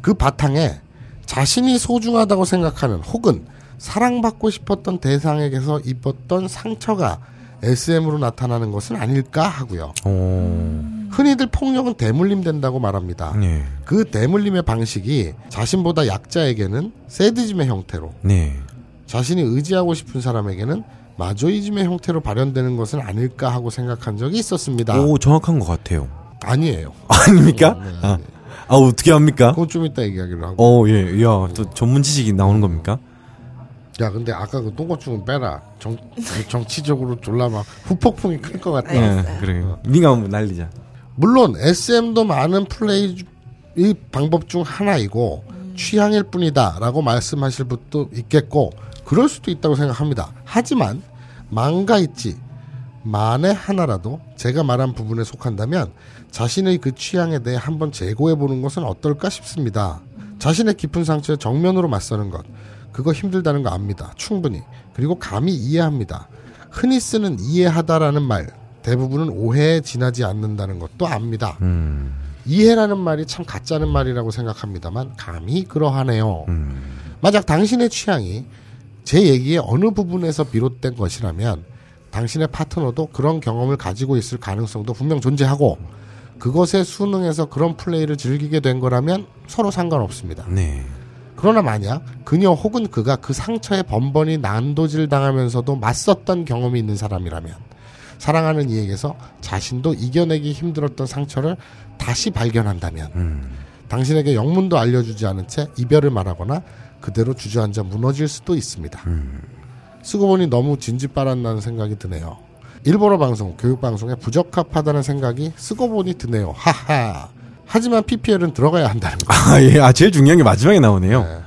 Speaker 1: 그 바탕에 자신이 소중하다고 생각하는 혹은 사랑받고 싶었던 대상에게서 입었던 상처가 SM으로 나타나는 것은 아닐까 하고요.
Speaker 3: 어,
Speaker 1: 흔히들 폭력은 대물림 된다고 말합니다.
Speaker 3: 네.
Speaker 1: 그 대물림의 방식이 자신보다 약자에게는 세디즘의 형태로,
Speaker 3: 네.
Speaker 1: 자신이 의지하고 싶은 사람에게는 마조이즘의 형태로 발현되는 것은 아닐까 하고 생각한 적이 있었습니다.
Speaker 3: 오, 정확한 것 같아요.
Speaker 1: 아니에요.
Speaker 3: 아닙니까? 아, 아, 어떻게 합니까?
Speaker 1: 그건 좀 이따 얘기하기로 하고.
Speaker 3: 어, 예, 야, 또 전문 지식이 나오는 겁니까?
Speaker 1: 야, 근데 아까 그 똥꼬충은 빼라. 정, 정치적으로 졸라 막 후폭풍이 클 것 같다.
Speaker 3: 예, 그래요. 니가 한번 날리자.
Speaker 1: 물론 SM도 많은 플레이 주- 이 방법 중 하나이고 취향일 뿐이다라고 말씀하실 분도 있겠고 그럴 수도 있다고 생각합니다. 하지만 망가 있지 만에 하나라도 제가 말한 부분에 속한다면 자신의 그 취향에 대해 한번 재고해 보는 것은 어떨까 싶습니다. 자신의 깊은 상처에 정면으로 맞서는 것 그거 힘들다는 거 압니다. 충분히 그리고 감히 이해합니다. 흔히 쓰는 이해하다라는 말 대부분은 오해에 지나지 않는다는 것도 압니다. 이해라는 말이 참 가짜는 말이라고 생각합니다만 감히 그러하네요. 만약 당신의 취향이 제 얘기의 어느 부분에서 비롯된 것이라면 당신의 파트너도 그런 경험을 가지고 있을 가능성도 분명 존재하고 그것에 순응해서 그런 플레이를 즐기게 된 거라면 서로 상관없습니다.
Speaker 3: 네.
Speaker 1: 그러나 만약 그녀 혹은 그가 그 상처에 번번이 난도질 당하면서도 맞섰던 경험이 있는 사람이라면 사랑하는 이에게서 자신도 이겨내기 힘들었던 상처를 다시 발견한다면 당신에게 영문도 알려주지 않은 채 이별을 말하거나 그대로 주저앉아 무너질 수도 있습니다. 쓰고 보니 너무 진지빠란다는 생각이 드네요. 일본어 방송, 교육 방송에 부적합하다는 생각이 쓰고 보니 드네요. 하하. 하지만 PPL은 들어가야 한다는 거.
Speaker 3: 아, 예, 아, 제일 중요한 게 마지막에 나오네요.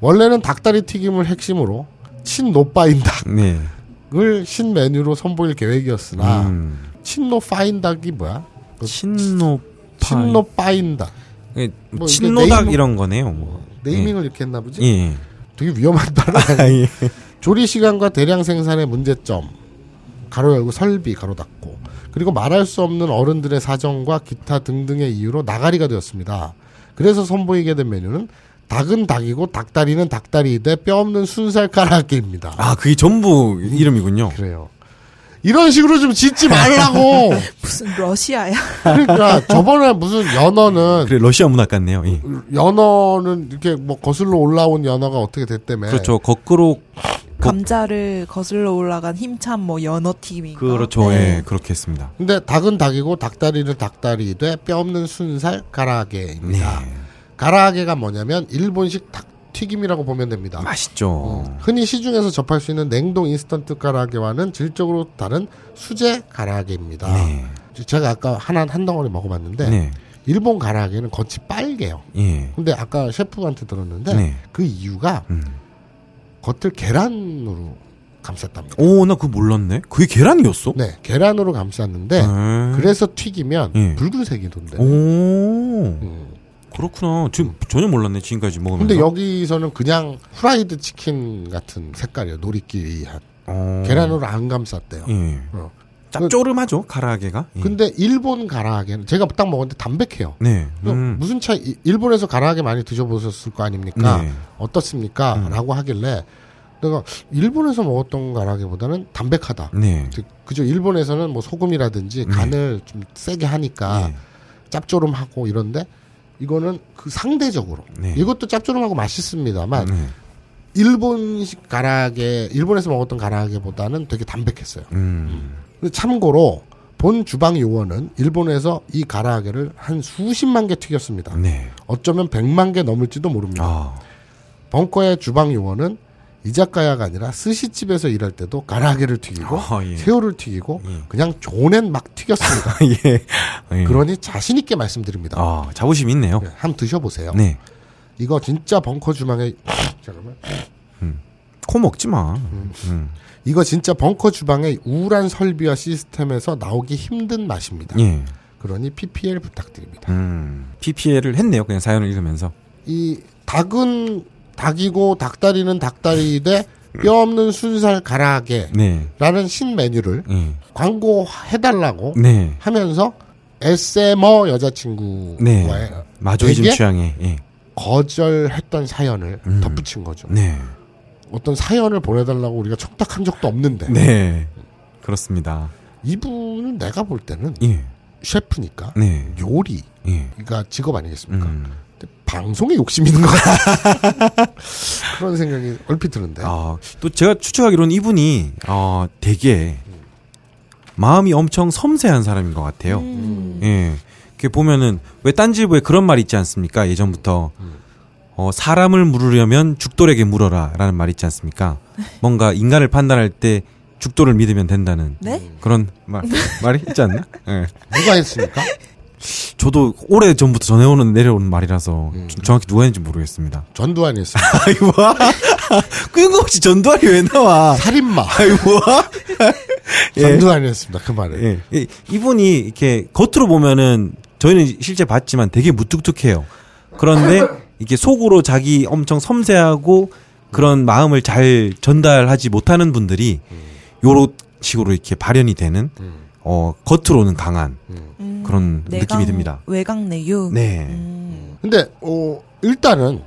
Speaker 1: 원래는 닭다리 튀김을 핵심으로 친노빠인
Speaker 3: 네.
Speaker 1: 닭을 신메뉴로 선보일 계획이었으나
Speaker 3: 음.
Speaker 1: 친노파인 닭이 아, 뭐야?
Speaker 3: 친노 파.
Speaker 1: 친노파인 닭
Speaker 3: 예,
Speaker 1: 뭐 이게
Speaker 3: 친노닭
Speaker 1: 네이밍-
Speaker 3: 이런 거네요. 뭐.
Speaker 1: 네이밍을 이렇게 했나 보지?
Speaker 3: 예. 예.
Speaker 1: 되게 위험한 단어
Speaker 3: 아, 예.
Speaker 1: 조리 시간과 대량 생산의 문제점 가로 열고 설비 가로 닫고 그리고 말할 수 없는 어른들의 사정과 기타 등등의 이유로 나가리가 되었습니다. 그래서 선보이게 된 메뉴는 닭은 닭이고 닭다리는 닭다리이되 뼈 없는 순살 까라기입니다.
Speaker 3: 아, 그게 전부 이름이군요.
Speaker 1: 그래요. 이런 식으로 좀 짓지 말라고.
Speaker 2: 무슨 러시아야?
Speaker 3: 뭐
Speaker 1: 그러니까 저번에 무슨 연어는
Speaker 3: 그래 러시아 문학 같네요. 예.
Speaker 1: 연어는 이렇게 뭐 거슬러 올라온 연어가 어떻게 됐다며.
Speaker 3: 그렇죠. 거꾸로
Speaker 2: 감자를 거슬러 올라간 힘찬 뭐 연어 팀인가?
Speaker 1: 아,
Speaker 3: 그렇죠.
Speaker 2: 네.
Speaker 3: 예, 그렇게 했습니다.
Speaker 1: 근데 닭은 닭이고 닭다리는 닭다리되 뼈 없는 순살 가라게입니다.
Speaker 3: 네.
Speaker 1: 가라게가 뭐냐면 일본식 닭 튀김이라고 보면 됩니다.
Speaker 3: 맛있죠.
Speaker 1: 흔히 시중에서 접할 수 있는 냉동 인스턴트 가라게와는 질적으로 다른 수제 가라게입니다.
Speaker 3: 네.
Speaker 1: 제가 아까 하나 한 덩어리 먹어봤는데
Speaker 3: 네.
Speaker 1: 일본 가라게는 겉이 빨개요.
Speaker 3: 예.
Speaker 1: 근데 아까 셰프한테 들었는데
Speaker 3: 네.
Speaker 1: 그 이유가
Speaker 3: 음.
Speaker 1: 겉을 계란으로 감쌌답니다.
Speaker 3: 오, 나 그거 몰랐네. 그게 계란이었어?
Speaker 1: 네, 계란으로 감쌌는데
Speaker 3: 아.
Speaker 1: 그래서 튀기면
Speaker 3: 예.
Speaker 1: 붉은색이 돈대.
Speaker 3: 오.
Speaker 1: 음.
Speaker 3: 그렇구나. 지금 전혀 몰랐네. 지금까지 먹으면서.
Speaker 1: 근데 여기서는 그냥 후라이드 치킨 같은 색깔이에요. 노리끼리한
Speaker 3: 어.
Speaker 1: 계란으로 안 감쌌대요.
Speaker 3: 예.
Speaker 1: 어.
Speaker 3: 짭조름하죠. 가라아게가. 예.
Speaker 1: 근데 일본 가라아게는 제가 딱 먹었는데 담백해요.
Speaker 3: 네.
Speaker 1: 그래서
Speaker 3: 음.
Speaker 1: 무슨 차이? 이- 일본에서 가라아게 많이 드셔보셨을 거 아닙니까?
Speaker 3: 네. 음.
Speaker 1: 어떻습니까?라고 하길래 내가 일본에서 먹었던 가라아게보다는 담백하다.
Speaker 3: 네.
Speaker 1: 그죠? 일본에서는 뭐 소금이라든지
Speaker 3: 음.
Speaker 1: 간을 좀 세게
Speaker 3: 아,
Speaker 1: 하니까
Speaker 3: 예.
Speaker 1: 짭조름하고 이런데 이거는 그 상대적으로
Speaker 3: 네.
Speaker 1: 이것도 짭조름하고 맛있습니다만
Speaker 3: 예. 네.
Speaker 1: 일본식 가라게 일본에서 먹었던 가라게보다는 되게 담백했어요.
Speaker 3: 음.
Speaker 1: 근데 참고로 본 주방 요원은 일본에서 이 가라게를 한 수십만 개 튀겼습니다.
Speaker 3: 네.
Speaker 1: 어쩌면 백만 개 넘을지도 모릅니다.
Speaker 3: 아.
Speaker 1: 벙커의 주방 요원은 이자카야가 아니라 스시집에서 일할 때도 가라게를 튀기고
Speaker 3: 아, 예.
Speaker 1: 새우를 튀기고
Speaker 3: 예. 아,
Speaker 1: 그냥 조낸 막 튀겼습니다.
Speaker 3: 예. 예.
Speaker 1: 그러니 자신 있게 말씀드립니다.
Speaker 3: 아, 자부심 있네요.
Speaker 1: 예, 한번 드셔보세요.
Speaker 3: 네.
Speaker 1: 이거 진짜 벙커 주방의 잠깐만.
Speaker 3: 코 먹지 마. 음.
Speaker 1: 이거 진짜 벙커 주방의 우울한 설비와 시스템에서 나오기 힘든 맛입니다.
Speaker 3: 예.
Speaker 1: 그러니 PPL 부탁드립니다.
Speaker 3: 음. PPL을 했네요. 그냥 사연을 읽으면서.
Speaker 1: 이 닭은 닭이고 닭다리는 닭다리인데
Speaker 3: 음.
Speaker 1: 뼈 없는 순살 가라게
Speaker 3: 네.
Speaker 1: 라는 신메뉴를
Speaker 3: 예.
Speaker 1: 광고해달라고
Speaker 3: 네.
Speaker 1: 하면서 SM어 여자친구와의
Speaker 3: 네. 마조이즘
Speaker 1: 되게?
Speaker 3: 취향에. 예.
Speaker 1: 거절했던 사연을
Speaker 3: 음.
Speaker 1: 덧붙인 거죠.
Speaker 3: 네.
Speaker 1: 어떤 사연을 보내달라고 우리가 척탁한 적도 없는데
Speaker 3: 네. 그렇습니다.
Speaker 1: 이분은 내가 볼 때는
Speaker 3: 예.
Speaker 1: 셰프니까
Speaker 3: 네.
Speaker 1: 요리가
Speaker 3: 예.
Speaker 1: 직업 아니겠습니까?
Speaker 3: 음.
Speaker 1: 근데 방송에 욕심 있는 거 같아. 그런 생각이 얼핏 드는데.
Speaker 3: 아, 또 제가 추측하기로는 이분이 어, 되게 마음이 엄청 섬세한 사람인 것 같아요.
Speaker 2: 음.
Speaker 3: 예. 이렇게 보면은 왜 딴지부에 그런 말 있지 않습니까? 예전부터 어, 사람을 물으려면 죽돌에게 물어라라는 말 있지 않습니까? 뭔가 인간을 판단할 때 죽돌을 믿으면 된다는
Speaker 2: 네?
Speaker 3: 그런 말 말이 있지 않나? 예.
Speaker 1: 누가 했습니까?
Speaker 3: 저도 오래 전부터 전해오는 내려오는 말이라서 저- 정확히 누가 했는지 모르겠습니다.
Speaker 1: 전두환이 했습니다.
Speaker 3: 아이고 끊임없이 전두환이 왜 나와?
Speaker 1: 살인마.
Speaker 3: 아이고 뭐?
Speaker 1: 전두환이 했습니다. 그 말을.
Speaker 3: 예. 이- 이분이 이렇게 겉으로 보면은 저희는 실제 봤지만 되게 무뚝뚝해요. 그런데 이게 속으로 자기 엄청 섬세하고 그런 마음을 잘 전달하지 못하는 분들이 요런 식으로 이렇게 발현이 되는
Speaker 1: 음.
Speaker 3: 어 겉으로는 강한
Speaker 2: 음.
Speaker 3: 그런
Speaker 2: 내강,
Speaker 3: 느낌이 듭니다.
Speaker 2: 외강 내유.
Speaker 3: 네.
Speaker 2: 음.
Speaker 1: 근데 어, 일단은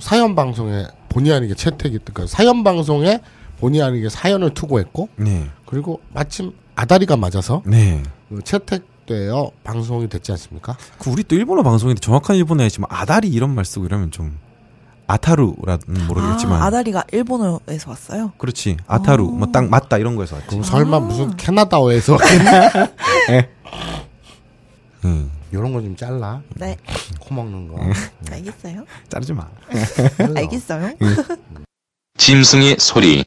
Speaker 1: 사연 방송에 본의 아니게 채택이 뜨니까 사연 방송에 본의 아니게 사연을 투고했고
Speaker 3: 네.
Speaker 1: 그리고 마침 아다리가 맞아서
Speaker 3: 네.
Speaker 1: 그 채택되어 방송이 됐지 않습니까?
Speaker 3: 그 우리 또 일본어 방송인데 정확한 일본어 해야지만 아다리 이런 말 쓰고 이러면 좀 아타루라는 모르겠지만
Speaker 2: 아, 아다리가 어. 일본어에서 왔어요.
Speaker 3: 그렇지. 아타루 뭐 딱 맞다 이런 거에서 왔지.
Speaker 1: 그럼
Speaker 2: 아.
Speaker 1: 설마 무슨 캐나다어에서
Speaker 3: 음.
Speaker 1: 이런 거 좀 잘라
Speaker 2: 네,
Speaker 1: 코 먹는 거
Speaker 2: 알겠어요.
Speaker 3: 자르지 마. 음.
Speaker 2: 알겠어요.
Speaker 4: 짐승의 소리.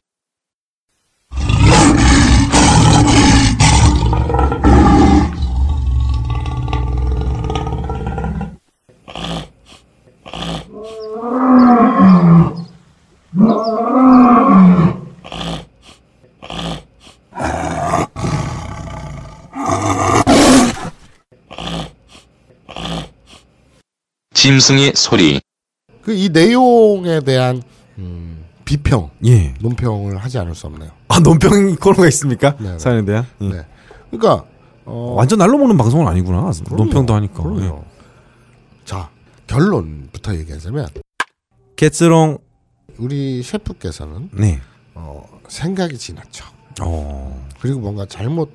Speaker 4: 짐승의 소리.
Speaker 1: 그 이 내용에 대한 음, 비평,
Speaker 3: 예.
Speaker 1: 논평을 하지 않을 수 없네요.
Speaker 3: 아, 논평 코너가 있습니까?
Speaker 1: 네, 네.
Speaker 3: 사연에 대한? 예.
Speaker 1: 네. 그러니까 어,
Speaker 3: 완전 날로 먹는 방송은 아니구나.
Speaker 1: 그럼요.
Speaker 3: 논평도 하니까.
Speaker 1: 그럼요.
Speaker 3: 예.
Speaker 1: 자 결론부터 얘기하자면
Speaker 3: 개스롱.
Speaker 1: 우리 셰프께서는
Speaker 3: 네.
Speaker 1: 어, 생각이 지나쳐
Speaker 3: 어.
Speaker 1: 그리고 뭔가 잘못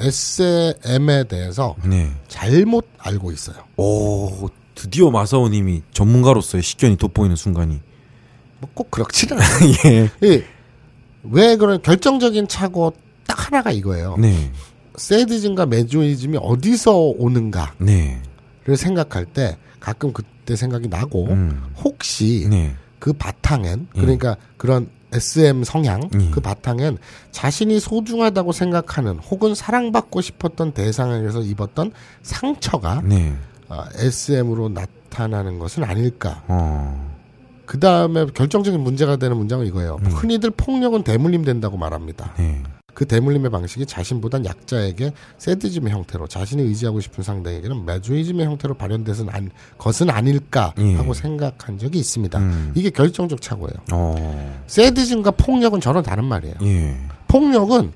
Speaker 1: SM에 대해서
Speaker 3: 네.
Speaker 1: 잘못 알고 있어요.
Speaker 3: 오, 드디어 마사오님이 전문가로서의 식견이 돋보이는 순간이.
Speaker 1: 뭐 꼭 그렇지는 않아요.
Speaker 3: 예.
Speaker 1: 이, 왜 그런 결정적인 착오 딱 하나가 이거예요.
Speaker 3: 네.
Speaker 1: 세디즘과 메조이즘이 어디서 오는가를
Speaker 3: 네.
Speaker 1: 생각할 때 가끔 그때 생각이 나고
Speaker 3: 음.
Speaker 1: 혹시
Speaker 3: 네.
Speaker 1: 그 바탕엔
Speaker 3: 예.
Speaker 1: 그러니까 그런 SM 성향
Speaker 3: 예.
Speaker 1: 그 바탕엔 자신이 소중하다고 생각하는 혹은 사랑받고 싶었던 대상에게서 입었던 상처가
Speaker 3: 네.
Speaker 1: SM으로 나타나는 것은 아닐까.
Speaker 3: 어.
Speaker 1: 그 다음에 결정적인 문제가 되는 문장은 이거예요.
Speaker 3: 음.
Speaker 1: 흔히들 폭력은 대물림 된다고 말합니다.
Speaker 3: 네.
Speaker 1: 그 대물림의 방식이 자신보단 약자에게 세디즘의 형태로 자신이 의지하고 싶은 상대에게는 매주이즘의 형태로 발현돼서는 안, 것은 아닐까
Speaker 3: 예.
Speaker 1: 하고 생각한 적이 있습니다.
Speaker 3: 음.
Speaker 1: 이게 결정적 착오예요.
Speaker 3: 어.
Speaker 1: 세디즘과 폭력은 전혀 다른 말이에요.
Speaker 3: 예.
Speaker 1: 폭력은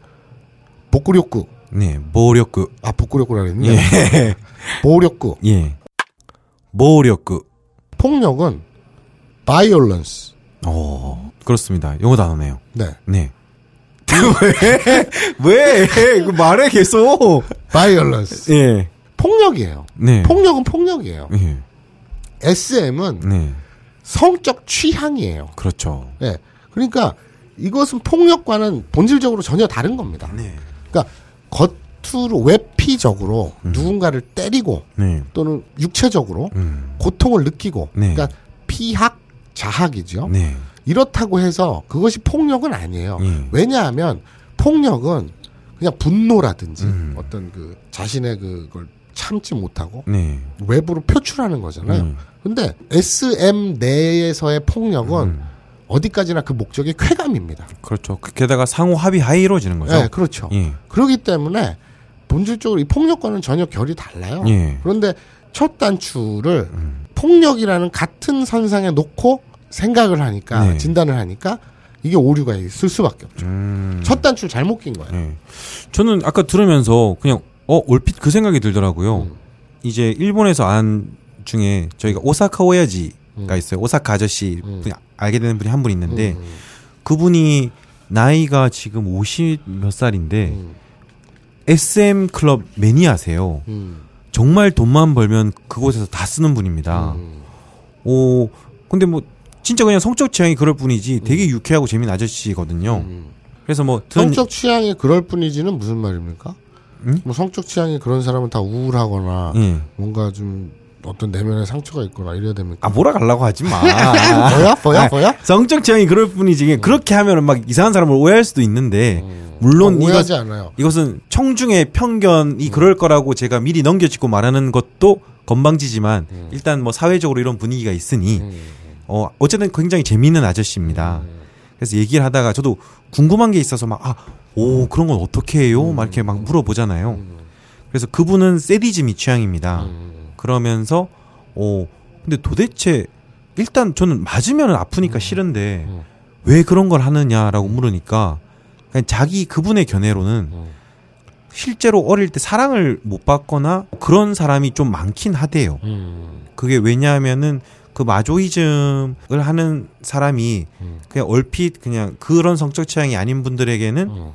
Speaker 1: 복구력구
Speaker 3: 네. 모력구.
Speaker 1: 아 복구력구라 그랬는데 보력구
Speaker 3: 예. 모력구.
Speaker 1: 폭력은 바이올런스
Speaker 3: 어. 그렇습니다. 영어 단어네요.
Speaker 1: 네
Speaker 3: 네. 왜? 왜? 이거 말해 계속.
Speaker 1: 바이올런스
Speaker 3: 예.
Speaker 1: 폭력이에요.
Speaker 3: 네.
Speaker 1: 폭력은 폭력이에요.
Speaker 3: 예.
Speaker 1: SM은
Speaker 3: 네.
Speaker 1: 성적 취향이에요.
Speaker 3: 그렇죠.
Speaker 1: 예. 그러니까 이것은 폭력과는 본질적으로 전혀 다른 겁니다.
Speaker 3: 네.
Speaker 1: 그러니까 겉으로 외피적으로 누군가를 때리고
Speaker 3: 네.
Speaker 1: 또는 육체적으로
Speaker 3: 음.
Speaker 1: 고통을 느끼고
Speaker 3: 네.
Speaker 1: 그러니까 피학 자학이죠.
Speaker 3: 네.
Speaker 1: 이렇다고 해서 그것이 폭력은 아니에요.
Speaker 3: 예.
Speaker 1: 왜냐하면 폭력은 그냥 분노라든지
Speaker 3: 음.
Speaker 1: 어떤 그 자신의 그걸 참지 못하고
Speaker 3: 네.
Speaker 1: 외부로 표출하는 거잖아요.
Speaker 3: 음.
Speaker 1: 근데 SM 내에서의 폭력은
Speaker 3: 음.
Speaker 1: 어디까지나 그 목적이 쾌감입니다.
Speaker 3: 그렇죠. 그- 게다가 상호 합의 하에 이루어지는 거죠.
Speaker 1: 네, 그렇죠.
Speaker 3: 예.
Speaker 1: 그렇기 때문에 본질적으로 이 폭력과는 전혀 결이 달라요.
Speaker 3: 예.
Speaker 1: 그런데 첫 단추를
Speaker 3: 음.
Speaker 1: 폭력이라는 같은 선상에 놓고 생각을 하니까
Speaker 3: 네.
Speaker 1: 진단을 하니까 이게 오류가 있을 수밖에 없죠.
Speaker 3: 음.
Speaker 1: 첫 단추를 잘못 낀 거예요.
Speaker 3: 예. 저는 아까 들으면서 그냥 어 올핏 그 생각이 들더라고요.
Speaker 1: 음.
Speaker 3: 이제 일본에서 안 중에 저희가 오사카 오야지가
Speaker 1: 음.
Speaker 3: 있어요. 오사카 아저씨
Speaker 1: 음.
Speaker 3: 분이 알게 되는 분이 한 분 있는데
Speaker 1: 음,
Speaker 3: 그분이 나이가 지금 50 몇 살인데
Speaker 1: 음,
Speaker 3: SM 클럽 매니아세요.
Speaker 1: 음,
Speaker 3: 정말 돈만 벌면 그곳에서 다 쓰는 분입니다.
Speaker 1: 음.
Speaker 3: 오, 근데 뭐 진짜 그냥 성적 취향이 그럴 뿐이지 되게 유쾌하고 재밌는 아저씨거든요.
Speaker 1: 음.
Speaker 3: 그래서 뭐 들은
Speaker 1: 성적 취향이 그럴 뿐이지는 무슨 말입니까?
Speaker 3: 음?
Speaker 1: 뭐 성적 취향이 그런 사람은 다 우울하거나
Speaker 3: 예.
Speaker 1: 뭔가 좀 어떤 내면의 상처가 있거나 이래야 됩니까? 아,
Speaker 3: 아 뭐라 아, 가려고 하지 마.
Speaker 1: 뭐야, 뭐야, 뭐야?
Speaker 3: 성적 취향이 그럴 뿐이지
Speaker 1: 음.
Speaker 3: 그냥 그렇게 하면은 막 이상한 사람을 오해할 수도 있는데 물론
Speaker 1: 아,
Speaker 3: 이것,
Speaker 1: 오해하지 않아요. 음.
Speaker 3: 이것은 청중의 편견이 그럴 거라고 제가 미리 넘겨짚고 말하는 것도 건방지지만
Speaker 1: 음.
Speaker 3: 일단 뭐 사회적으로 이런 분위기가
Speaker 1: 네.
Speaker 3: 있으니 어 어쨌든 굉장히 재미있는 아저씨입니다. 그래서 얘기를 하다가 저도 궁금한 게 있어서 막 아 오 그런 건 어떻게 해요? 막 이렇게
Speaker 1: 음.
Speaker 3: 막 물어보잖아요. 그래서 그분은 세디즘이 취향입니다.
Speaker 1: 음.
Speaker 3: 그러면서 어 근데 도대체 일단 저는 맞으면 아프니까 싫은데
Speaker 1: 음.
Speaker 3: 왜 그런 걸 하느냐라고 물으니까 그냥 자기 그분의 견해로는
Speaker 1: 음.
Speaker 3: 실제로 어릴 때 사랑을 못 받거나 그런 사람이 좀 많긴 하대요.
Speaker 1: 음,
Speaker 3: 그게 왜냐하면은 그 마조이즘을 하는 사람이
Speaker 1: 음.
Speaker 3: 그냥 얼핏 그냥 그런 성적 취향이 아닌 분들에게는
Speaker 1: 음.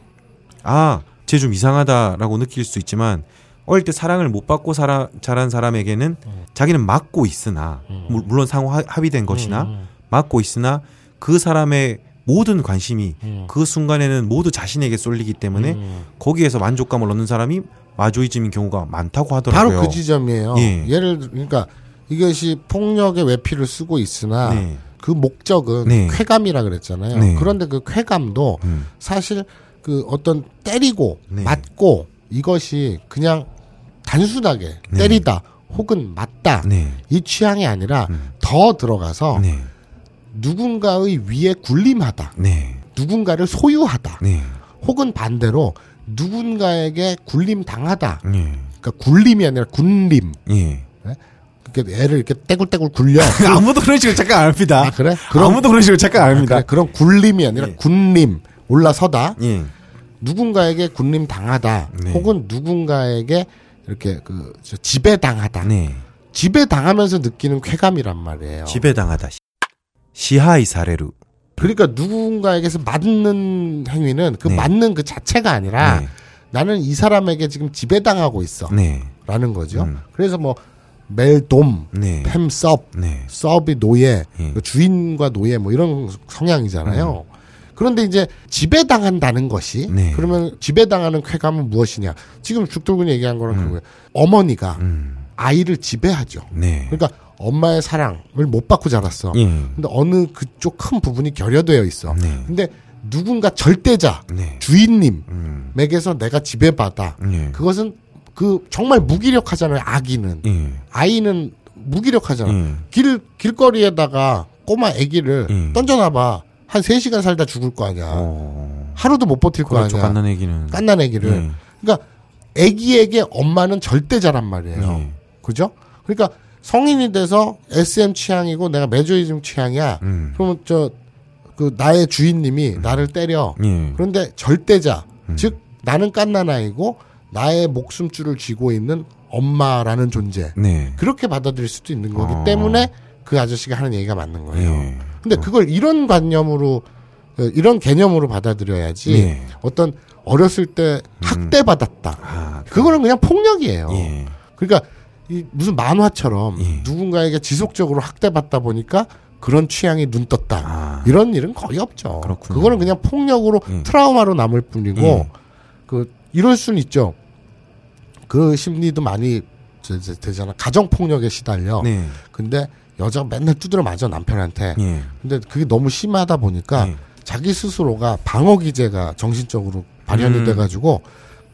Speaker 3: 아, 쟤 좀 이상하다라고 느낄 수 있지만 어릴 때 사랑을 못 받고 살아, 자란 사람에게는
Speaker 1: 음.
Speaker 3: 자기는 맞고 있으나 물- 물론 상호 하- 합의된 것이나
Speaker 1: 음,
Speaker 3: 맞고 있으나 그 사람의 모든 관심이
Speaker 1: 음.
Speaker 3: 그 순간에는 모두 자신에게 쏠리기 때문에
Speaker 1: 음.
Speaker 3: 거기에서 만족감을 얻는 사람이 마조이즘인 경우가 많다고 하더라고요.
Speaker 1: 바로 그 지점이에요.
Speaker 3: 예.
Speaker 1: 예를 들- 그러니까 이것이 폭력의 외피를 쓰고 있으나
Speaker 3: 네.
Speaker 1: 그 목적은
Speaker 3: 네.
Speaker 1: 쾌감이라 그랬잖아요.
Speaker 3: 네.
Speaker 1: 그런데 그 쾌감도
Speaker 3: 음.
Speaker 1: 사실 그 어떤 때리고
Speaker 3: 네.
Speaker 1: 맞고 이것이 그냥 단순하게
Speaker 3: 네.
Speaker 1: 때리다 혹은 맞다
Speaker 3: 네. 음.
Speaker 1: 이 취향이 아니라 더 들어가서
Speaker 3: 네.
Speaker 1: 누군가의 위에 굴림하다,
Speaker 3: 네.
Speaker 1: 누군가를 소유하다,
Speaker 3: 네.
Speaker 1: 혹은 반대로 누군가에게 굴림 당하다.
Speaker 3: 예.
Speaker 1: 그러니까 굴림이 아니라 군림.
Speaker 3: 예.
Speaker 1: 이렇게 애를 이렇게 떼굴떼굴 굴려.
Speaker 3: 아무도 그런 식으로 착각 안 합니다.
Speaker 1: 아, 그래? 그럼
Speaker 3: 아무도 그런 식으로 착각 안 합니다.
Speaker 1: 그래, 그럼 굴림이 아니라
Speaker 3: 예.
Speaker 1: 군림 올라서다.
Speaker 3: 예.
Speaker 1: 누군가에게 군림 당하다.
Speaker 3: 네.
Speaker 1: 혹은 누군가에게 이렇게 그 지배 당하다.
Speaker 3: 네.
Speaker 1: 지배 당하면서 느끼는 쾌감이란 말이에요.
Speaker 3: 지배당하다. 시하이 사례루.
Speaker 1: 그러니까 누군가에게서 맞는 행위는 그
Speaker 3: 네.
Speaker 1: 맞는 그 자체가 아니라
Speaker 3: 네.
Speaker 1: 나는 이 사람에게 지금 지배당하고 있어라는
Speaker 3: 네.
Speaker 1: 거죠.
Speaker 3: 음.
Speaker 1: 그래서 뭐 멜돔,
Speaker 3: 네.
Speaker 1: 팸섭,
Speaker 3: 네.
Speaker 1: 섭이 노예,
Speaker 3: 예.
Speaker 1: 그 주인과 노예 뭐 이런 성향이잖아요. 그런데 이제 지배당한다는 것이
Speaker 3: 음. 네.
Speaker 1: 그러면 지배당하는 쾌감은 무엇이냐? 지금 죽돌군이 얘기한 거랑 그거예요. 어머니가
Speaker 3: 음.
Speaker 1: 아이를 지배하죠.
Speaker 3: 네.
Speaker 1: 그러니까 엄마의 사랑을 못 받고 자랐어.
Speaker 3: 예.
Speaker 1: 근데 어느 그쪽 큰 부분이 결여되어 있어.
Speaker 3: 네.
Speaker 1: 근데 누군가 절대자
Speaker 3: 네.
Speaker 1: 주인님에게서
Speaker 3: 음.
Speaker 1: 내가 지배받아.
Speaker 3: 예.
Speaker 1: 그것은 그 정말 무기력하잖아요. 아기는
Speaker 3: 예.
Speaker 1: 아이는 무기력하잖아.
Speaker 3: 예.
Speaker 1: 길 길거리에다가 꼬마 아기를
Speaker 3: 음.
Speaker 1: 던져놔봐 한 세시간 살다 죽을 거 아니야.
Speaker 3: 어.
Speaker 1: 하루도 못 버틸 거
Speaker 3: 그렇죠.
Speaker 1: 아니야.
Speaker 3: 깐난 얘기는.
Speaker 1: 깐난 아기를.
Speaker 3: 예.
Speaker 1: 그러니까 아기에게 엄마는 절대자란 말이에요.
Speaker 3: 예.
Speaker 1: 그죠? 그러니까 성인이 돼서 SM 취향이고 내가 매조이즘 취향이야.
Speaker 3: 음.
Speaker 1: 그러면 저 그 나의 주인님이 나를 때려.
Speaker 3: 예.
Speaker 1: 그런데 절대자,
Speaker 3: 음.
Speaker 1: 즉 나는 깐난 아이고 나의 목숨줄을 쥐고 있는 엄마라는 존재.
Speaker 3: 네.
Speaker 1: 그렇게 받아들일 수도 있는 거기
Speaker 3: 어.
Speaker 1: 때문에 그 아저씨가 하는 얘기가 맞는 거예요.
Speaker 3: 예.
Speaker 1: 근데 그걸 이런 관념으로 어, 이런 개념으로 받아들여야지
Speaker 3: 예.
Speaker 1: 어떤 어렸을 때 학대받았다.
Speaker 3: 아.
Speaker 1: 그거는 그냥 폭력이에요.
Speaker 3: 예.
Speaker 1: 그러니까 이 무슨 만화처럼
Speaker 3: 예.
Speaker 1: 누군가에게 지속적으로 학대받다 보니까 그런 취향이 눈떴다.
Speaker 3: 아.
Speaker 1: 이런 일은 거의 없죠.
Speaker 3: 그렇군요.
Speaker 1: 거는 그냥 폭력으로
Speaker 3: 예.
Speaker 1: 트라우마로 남을 뿐이고
Speaker 3: 예.
Speaker 1: 그 이럴 수는 있죠. 그 심리도 많이 저- 저- 되잖아. 가정 폭력에 시달려.
Speaker 3: 네.
Speaker 1: 근데 여자가 맨날 두드려 맞아 남편한테.
Speaker 3: 예.
Speaker 1: 근데 그게 너무 심하다 보니까
Speaker 3: 예.
Speaker 1: 자기 스스로가 방어 기제가 정신적으로 발현이
Speaker 3: 음.
Speaker 1: 돼가지고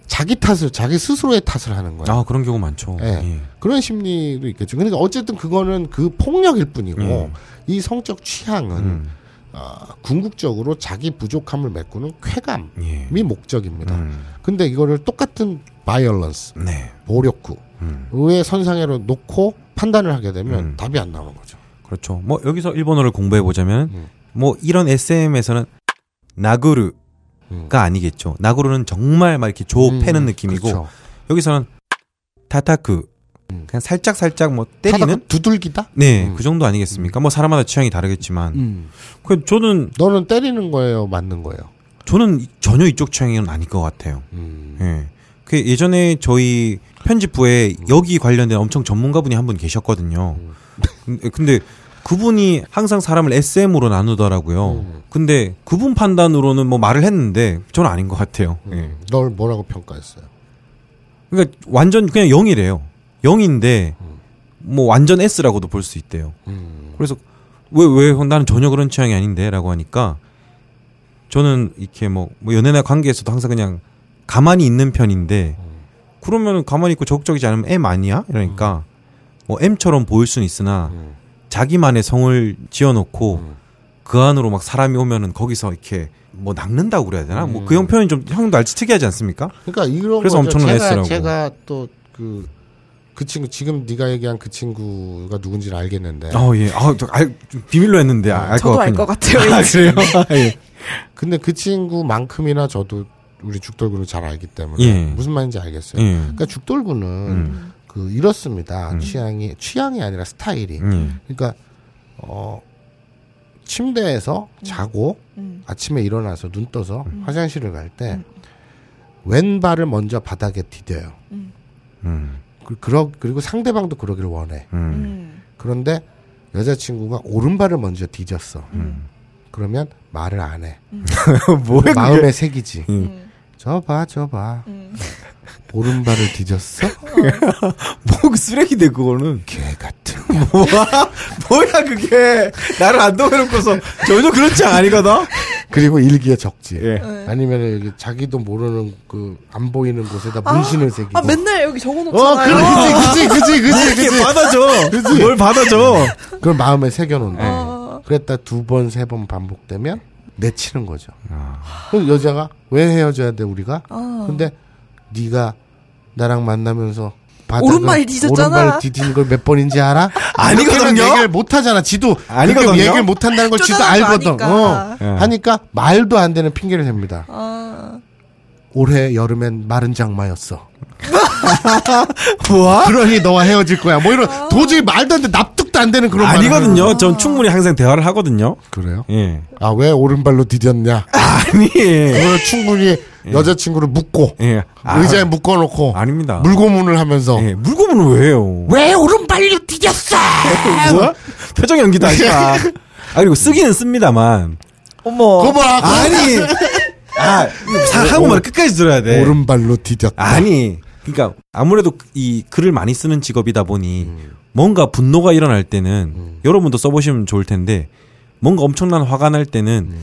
Speaker 1: 자기 탓을 자기 스스로의 탓을 하는 거예요.
Speaker 3: 아, 그런 경우 많죠.
Speaker 1: 예. 그런 심리도 있겠죠. 그러니까 어쨌든 그거는 그 폭력일 뿐이고
Speaker 3: 음.
Speaker 1: 이 성적 취향은
Speaker 3: 음.
Speaker 1: 아, 궁극적으로 자기 부족함을 메꾸는 쾌감이
Speaker 3: 예.
Speaker 1: 목적입니다.
Speaker 3: 음.
Speaker 1: 근데 이거를 똑같은 바이올런스
Speaker 3: 네.
Speaker 1: 모욕구
Speaker 3: 음.
Speaker 1: 의의 선상에로 놓고 판단을 하게 되면
Speaker 3: 음.
Speaker 1: 답이 안 나오는 거죠.
Speaker 3: 그렇죠. 뭐 여기서 일본어를 공부해 보자면
Speaker 1: 음.
Speaker 3: 뭐 이런 SM에서는 나구루가
Speaker 1: 음.
Speaker 3: 아니겠죠. 나구루는 정말 막 이렇게 조
Speaker 1: 음,
Speaker 3: 패는 느낌이고
Speaker 1: 그렇죠.
Speaker 3: 여기서는 타타크
Speaker 1: 음.
Speaker 3: 그냥 살짝 살짝 뭐 때리는
Speaker 1: 타다가 두들기다.
Speaker 3: 네,
Speaker 1: 음.
Speaker 3: 그 정도 아니겠습니까? 뭐 사람마다 취향이 다르겠지만 그 저는
Speaker 1: 너는 때리는 거예요, 맞는 거예요.
Speaker 3: 저는 이- 전혀 이쪽 취향은 아닐 것 같아요.
Speaker 1: 음.
Speaker 3: 예. 그 예전에 저희 편집부에 여기 관련된 엄청 전문가분이 한 분 계셨거든요.
Speaker 1: 음.
Speaker 3: 근데- 근데 그분이 항상 사람을 SM으로 나누더라고요.
Speaker 1: 음.
Speaker 3: 근데 그분 판단으로는 뭐 말을 했는데 저는 아닌 것 같아요.
Speaker 1: 음.
Speaker 3: 예.
Speaker 1: 널 뭐라고 평가했어요?
Speaker 3: 그러니까 완전 그냥 0이래요. 0인데 뭐 완전 S라고도 볼 수 있대요.
Speaker 1: 음.
Speaker 3: 그래서 왜 왜 나는 전혀 그런 취향이 아닌데라고 하니까 저는 이렇게 뭐, 뭐 연애나 관계에서도 항상 그냥 가만히 있는
Speaker 1: 음.
Speaker 3: 편인데 그러면 가만히 있고 적극적이지 않으면 M 아니야? 이러니까 뭐 M처럼 보일 수는 있으나
Speaker 1: 음.
Speaker 3: 자기만의 성을 지어놓고
Speaker 1: 음.
Speaker 3: 그 안으로 막 사람이 오면은 거기서 이렇게 뭐 낚는다고 그래야 되나? 뭐 그
Speaker 1: 음.
Speaker 3: 형편이 좀 형도 알지 특이하지 않습니까?
Speaker 1: 그러니까 이런 거죠.
Speaker 3: 그래서 엄청난
Speaker 1: 제가,
Speaker 3: S라고.
Speaker 1: 제가 또 그 그 친구 지금 네가 얘기한 그 친구가 누군지 를 알겠는데
Speaker 3: 어, 예. 아, 저 알, 좀 비밀로 했는데 알 것
Speaker 2: 저도 알
Speaker 3: 같아요.
Speaker 2: 것 같아요.
Speaker 3: 아, 그래요? 예.
Speaker 1: 근데 그 친구만큼이나 저도 우리 죽돌군을 잘 알기 때문에
Speaker 3: 예.
Speaker 1: 무슨 말인지 알겠어요.
Speaker 3: 예.
Speaker 1: 그러니까 죽돌군은
Speaker 3: 음.
Speaker 1: 그 이렇습니다.
Speaker 3: 음.
Speaker 1: 취향이 취향이 아니라 스타일이.
Speaker 3: 음.
Speaker 1: 그러니까 어 침대에서 자고
Speaker 3: 그
Speaker 2: 음.
Speaker 1: 아침에 일어나서 눈 떠서
Speaker 3: 음.
Speaker 1: 화장실을 갈 때 왼발을 먼저 바닥에 디뎌요.
Speaker 2: 음.
Speaker 3: 음.
Speaker 1: 그- 그러, 그리고 상대방도 그러길 원해.
Speaker 3: 음.
Speaker 2: 음.
Speaker 1: 그런데 여자친구가 오른발을 먼저 뒤졌어.
Speaker 3: 음.
Speaker 1: 그러면 말을 안 해.
Speaker 3: 뭐야,
Speaker 1: 마음의 색이지.
Speaker 3: 음.
Speaker 2: 음.
Speaker 1: 저 봐, 저 봐.
Speaker 2: 음.
Speaker 1: 오른발을 뒤졌어?
Speaker 3: 뭐, 그 쓰레기인데, 그거는.
Speaker 1: 개 같은.
Speaker 3: 뭐야? 뭐야, 그게. 나를 안 도와놓고서 전혀 그런 지 아니거든?
Speaker 1: 그리고 일기에 적지.
Speaker 3: 예.
Speaker 1: 아니면 여기 자기도 모르는 그 안 보이는 곳에다 문신을 새기고.
Speaker 2: 아 맨날 여기
Speaker 1: 어,
Speaker 2: 적어놓잖아요.
Speaker 1: 그래, 그치, 그치, 그치, 그치,
Speaker 3: 이렇게
Speaker 1: 그치.
Speaker 3: 받아줘.
Speaker 1: 그치?
Speaker 3: 뭘 받아줘.
Speaker 1: 그걸 마음에 새겨놓는.
Speaker 2: 어.
Speaker 1: 그랬다 두 번, 세 번 반복되면 내치는 거죠.
Speaker 3: 아.
Speaker 1: 그럼 여자가 왜 헤어져야 돼 우리가?
Speaker 2: 아.
Speaker 1: 근데 네가 나랑 만나면서 바닥을
Speaker 2: 오른발 뒤졌잖아.
Speaker 1: 오른발 디디는 걸 몇 번인지 알아?
Speaker 3: 아니거든요.
Speaker 1: 그렇게는 얘기를 못 하잖아. 지도
Speaker 3: 아니거든요.
Speaker 1: 그렇게 얘기를 못 한다는 걸 지도
Speaker 2: 어쩌다
Speaker 1: 알거든.
Speaker 2: 아니까.
Speaker 1: 어.
Speaker 3: 예.
Speaker 1: 하니까 말도 안 되는 핑계를 댑니다.
Speaker 2: 아,
Speaker 1: 올해 여름엔 마른 장마였어. 뭐? 그러니 너와 헤어질 거야. 뭐 이런 도저히 말도 안 돼. 납득도 안 되는 그런 말을 하는
Speaker 3: 아니거든요. 전 충분히 항상 대화를 하거든요.
Speaker 1: 거야. 그래요?
Speaker 3: 예.
Speaker 1: 아 왜 오른발로 디뎠냐?
Speaker 3: 아니.
Speaker 1: 그걸 충분히 여자친구를 묶고
Speaker 3: 예. 아,
Speaker 1: 의자에 묶어놓고
Speaker 3: 아닙니다.
Speaker 1: 물고문을 하면서
Speaker 3: 예. 물고문은 왜 해요?
Speaker 1: 왜 오른발로 디뎠어?
Speaker 3: 뭐야? 표정 연기도 아니다. 아, 그리고 쓰기는 씁니다만.
Speaker 2: 어머.
Speaker 3: 뭐
Speaker 1: 그거 봐.
Speaker 3: 아니. 아, 사- 한국말 끝까지 들어야 돼.
Speaker 1: 오른발로 디뎠다.
Speaker 3: 네. 아니. 그러니까 아무래도 이 글을 많이 쓰는 직업이다 보니 뭔가 분노가 일어날 때는 여러분도 써보시면 좋을 텐데 뭔가 엄청난 화가 날 때는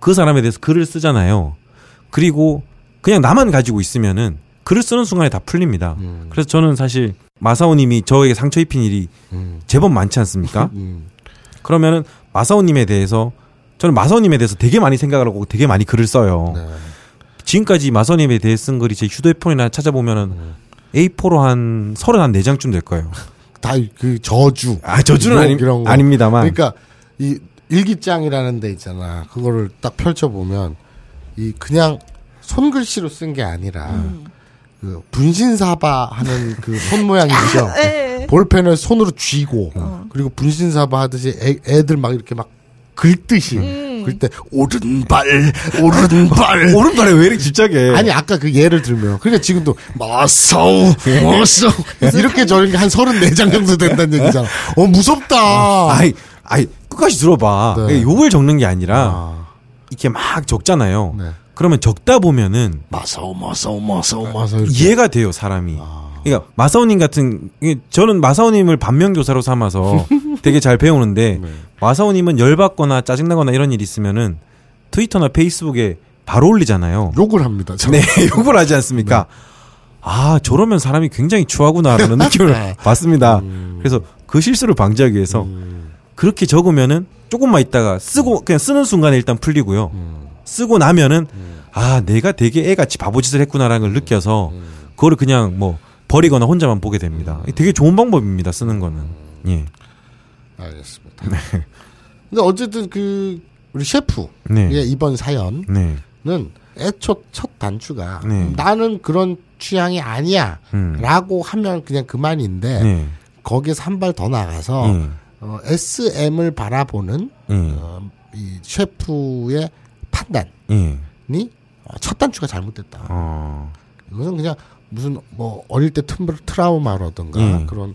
Speaker 3: 그 사람에 대해서 글을 쓰잖아요. 그리고 그냥 나만 가지고 있으면은 글을 쓰는 순간에 다 풀립니다. 그래서 저는 사실 마사오님이 저에게 상처 입힌 일이
Speaker 1: 음.
Speaker 3: 제법 많지 않습니까?
Speaker 1: 음.
Speaker 3: 그러면은 마사오님에 대해서 저는 마사오님에 대해서 되게 많이 생각을 하고 되게 많이 글을 써요.
Speaker 1: 네.
Speaker 3: 지금까지 마사오님에 대해 쓴 글이 제 휴대폰이나 찾아보면은 A4로 한 서른 한 네 장쯤 될 거예요.
Speaker 1: 다 그 저주. 뭐
Speaker 3: 아 저주는
Speaker 1: 이런-
Speaker 3: 아니,
Speaker 1: 이런 거.
Speaker 3: 아닙니다만.
Speaker 1: 그러니까 이 일기장이라는 데 있잖아. 그거를 딱 펼쳐 보면 이 그냥 손글씨로 쓴 게 아니라 그 분신사바 하는 그 손 모양이죠.
Speaker 2: 예.
Speaker 1: 볼펜을 손으로 쥐고 그리고 분신사바 하듯이 애, 들막 이렇게 막 긁듯이
Speaker 3: 음.
Speaker 1: 그때 오른발 오른발
Speaker 3: 오른발에 왜 이렇게 집착해?
Speaker 1: 아니 아까 그 예를 들면 그러니까 지금도 마사오 마사오 이렇게 저렇게 한 34장 정도 된다는 얘기잖아 어 무섭다
Speaker 3: 아이, 아이, 끝까지 들어봐.
Speaker 1: 네.
Speaker 3: 욕을 적는 게 아니라
Speaker 1: 아,
Speaker 3: 이렇게 막 적잖아요.
Speaker 1: 네.
Speaker 3: 그러면 적다 보면은
Speaker 1: 마사오 마사오 마사오 마사오 이렇게.
Speaker 3: 아,
Speaker 1: 아.
Speaker 3: 이해가 돼요 사람이. 그러니까 마사오님 같은 이게 저는 마사오님을 반면교사로 삼아서 되게 잘 배우는데
Speaker 1: 네.
Speaker 3: 마사오님은 열받거나 짜증나거나 이런 일이 있으면은 트위터나 페이스북에 바로 올리잖아요.
Speaker 1: 욕을 합니다 저.
Speaker 3: 네, 욕을 하지 않습니까?
Speaker 1: 네.
Speaker 3: 아 저러면 사람이 굉장히 추하구나라는
Speaker 1: 네.
Speaker 3: 느낌을 받습니다.
Speaker 1: 음.
Speaker 3: 그래서 그 실수를 방지하기 위해서 그렇게 적으면은 조금만 있다가 쓰고 그냥 쓰는 순간에 일단 풀리고요. 쓰고 나면은 아 내가 되게 애같이 바보짓을 했구나라는 걸 느껴서 그거를 그냥 뭐 버리거나 혼자만 보게 됩니다. 되게 좋은 방법입니다. 쓰는 거는 예,
Speaker 1: 알겠습니다 근데 어쨌든 그 우리 셰프의
Speaker 3: 네.
Speaker 1: 이번 사연은
Speaker 3: 네,
Speaker 1: 애초 첫 단추가
Speaker 3: 네.
Speaker 1: 나는 그런 취향이 아니야
Speaker 3: 음.
Speaker 1: 라고 하면 그냥 그만인데
Speaker 3: 네,
Speaker 1: 거기에서 한 발 더 나가서
Speaker 3: 예,
Speaker 1: 어, SM을 바라보는
Speaker 3: 예,
Speaker 1: 어, 이 셰프의 판단이
Speaker 3: 예,
Speaker 1: 어, 첫 단추가 잘못됐다. 아.
Speaker 3: 어,
Speaker 1: 이것은 그냥 무슨 뭐 어릴 때 틈, 트라우마라든가
Speaker 3: 음.
Speaker 1: 그런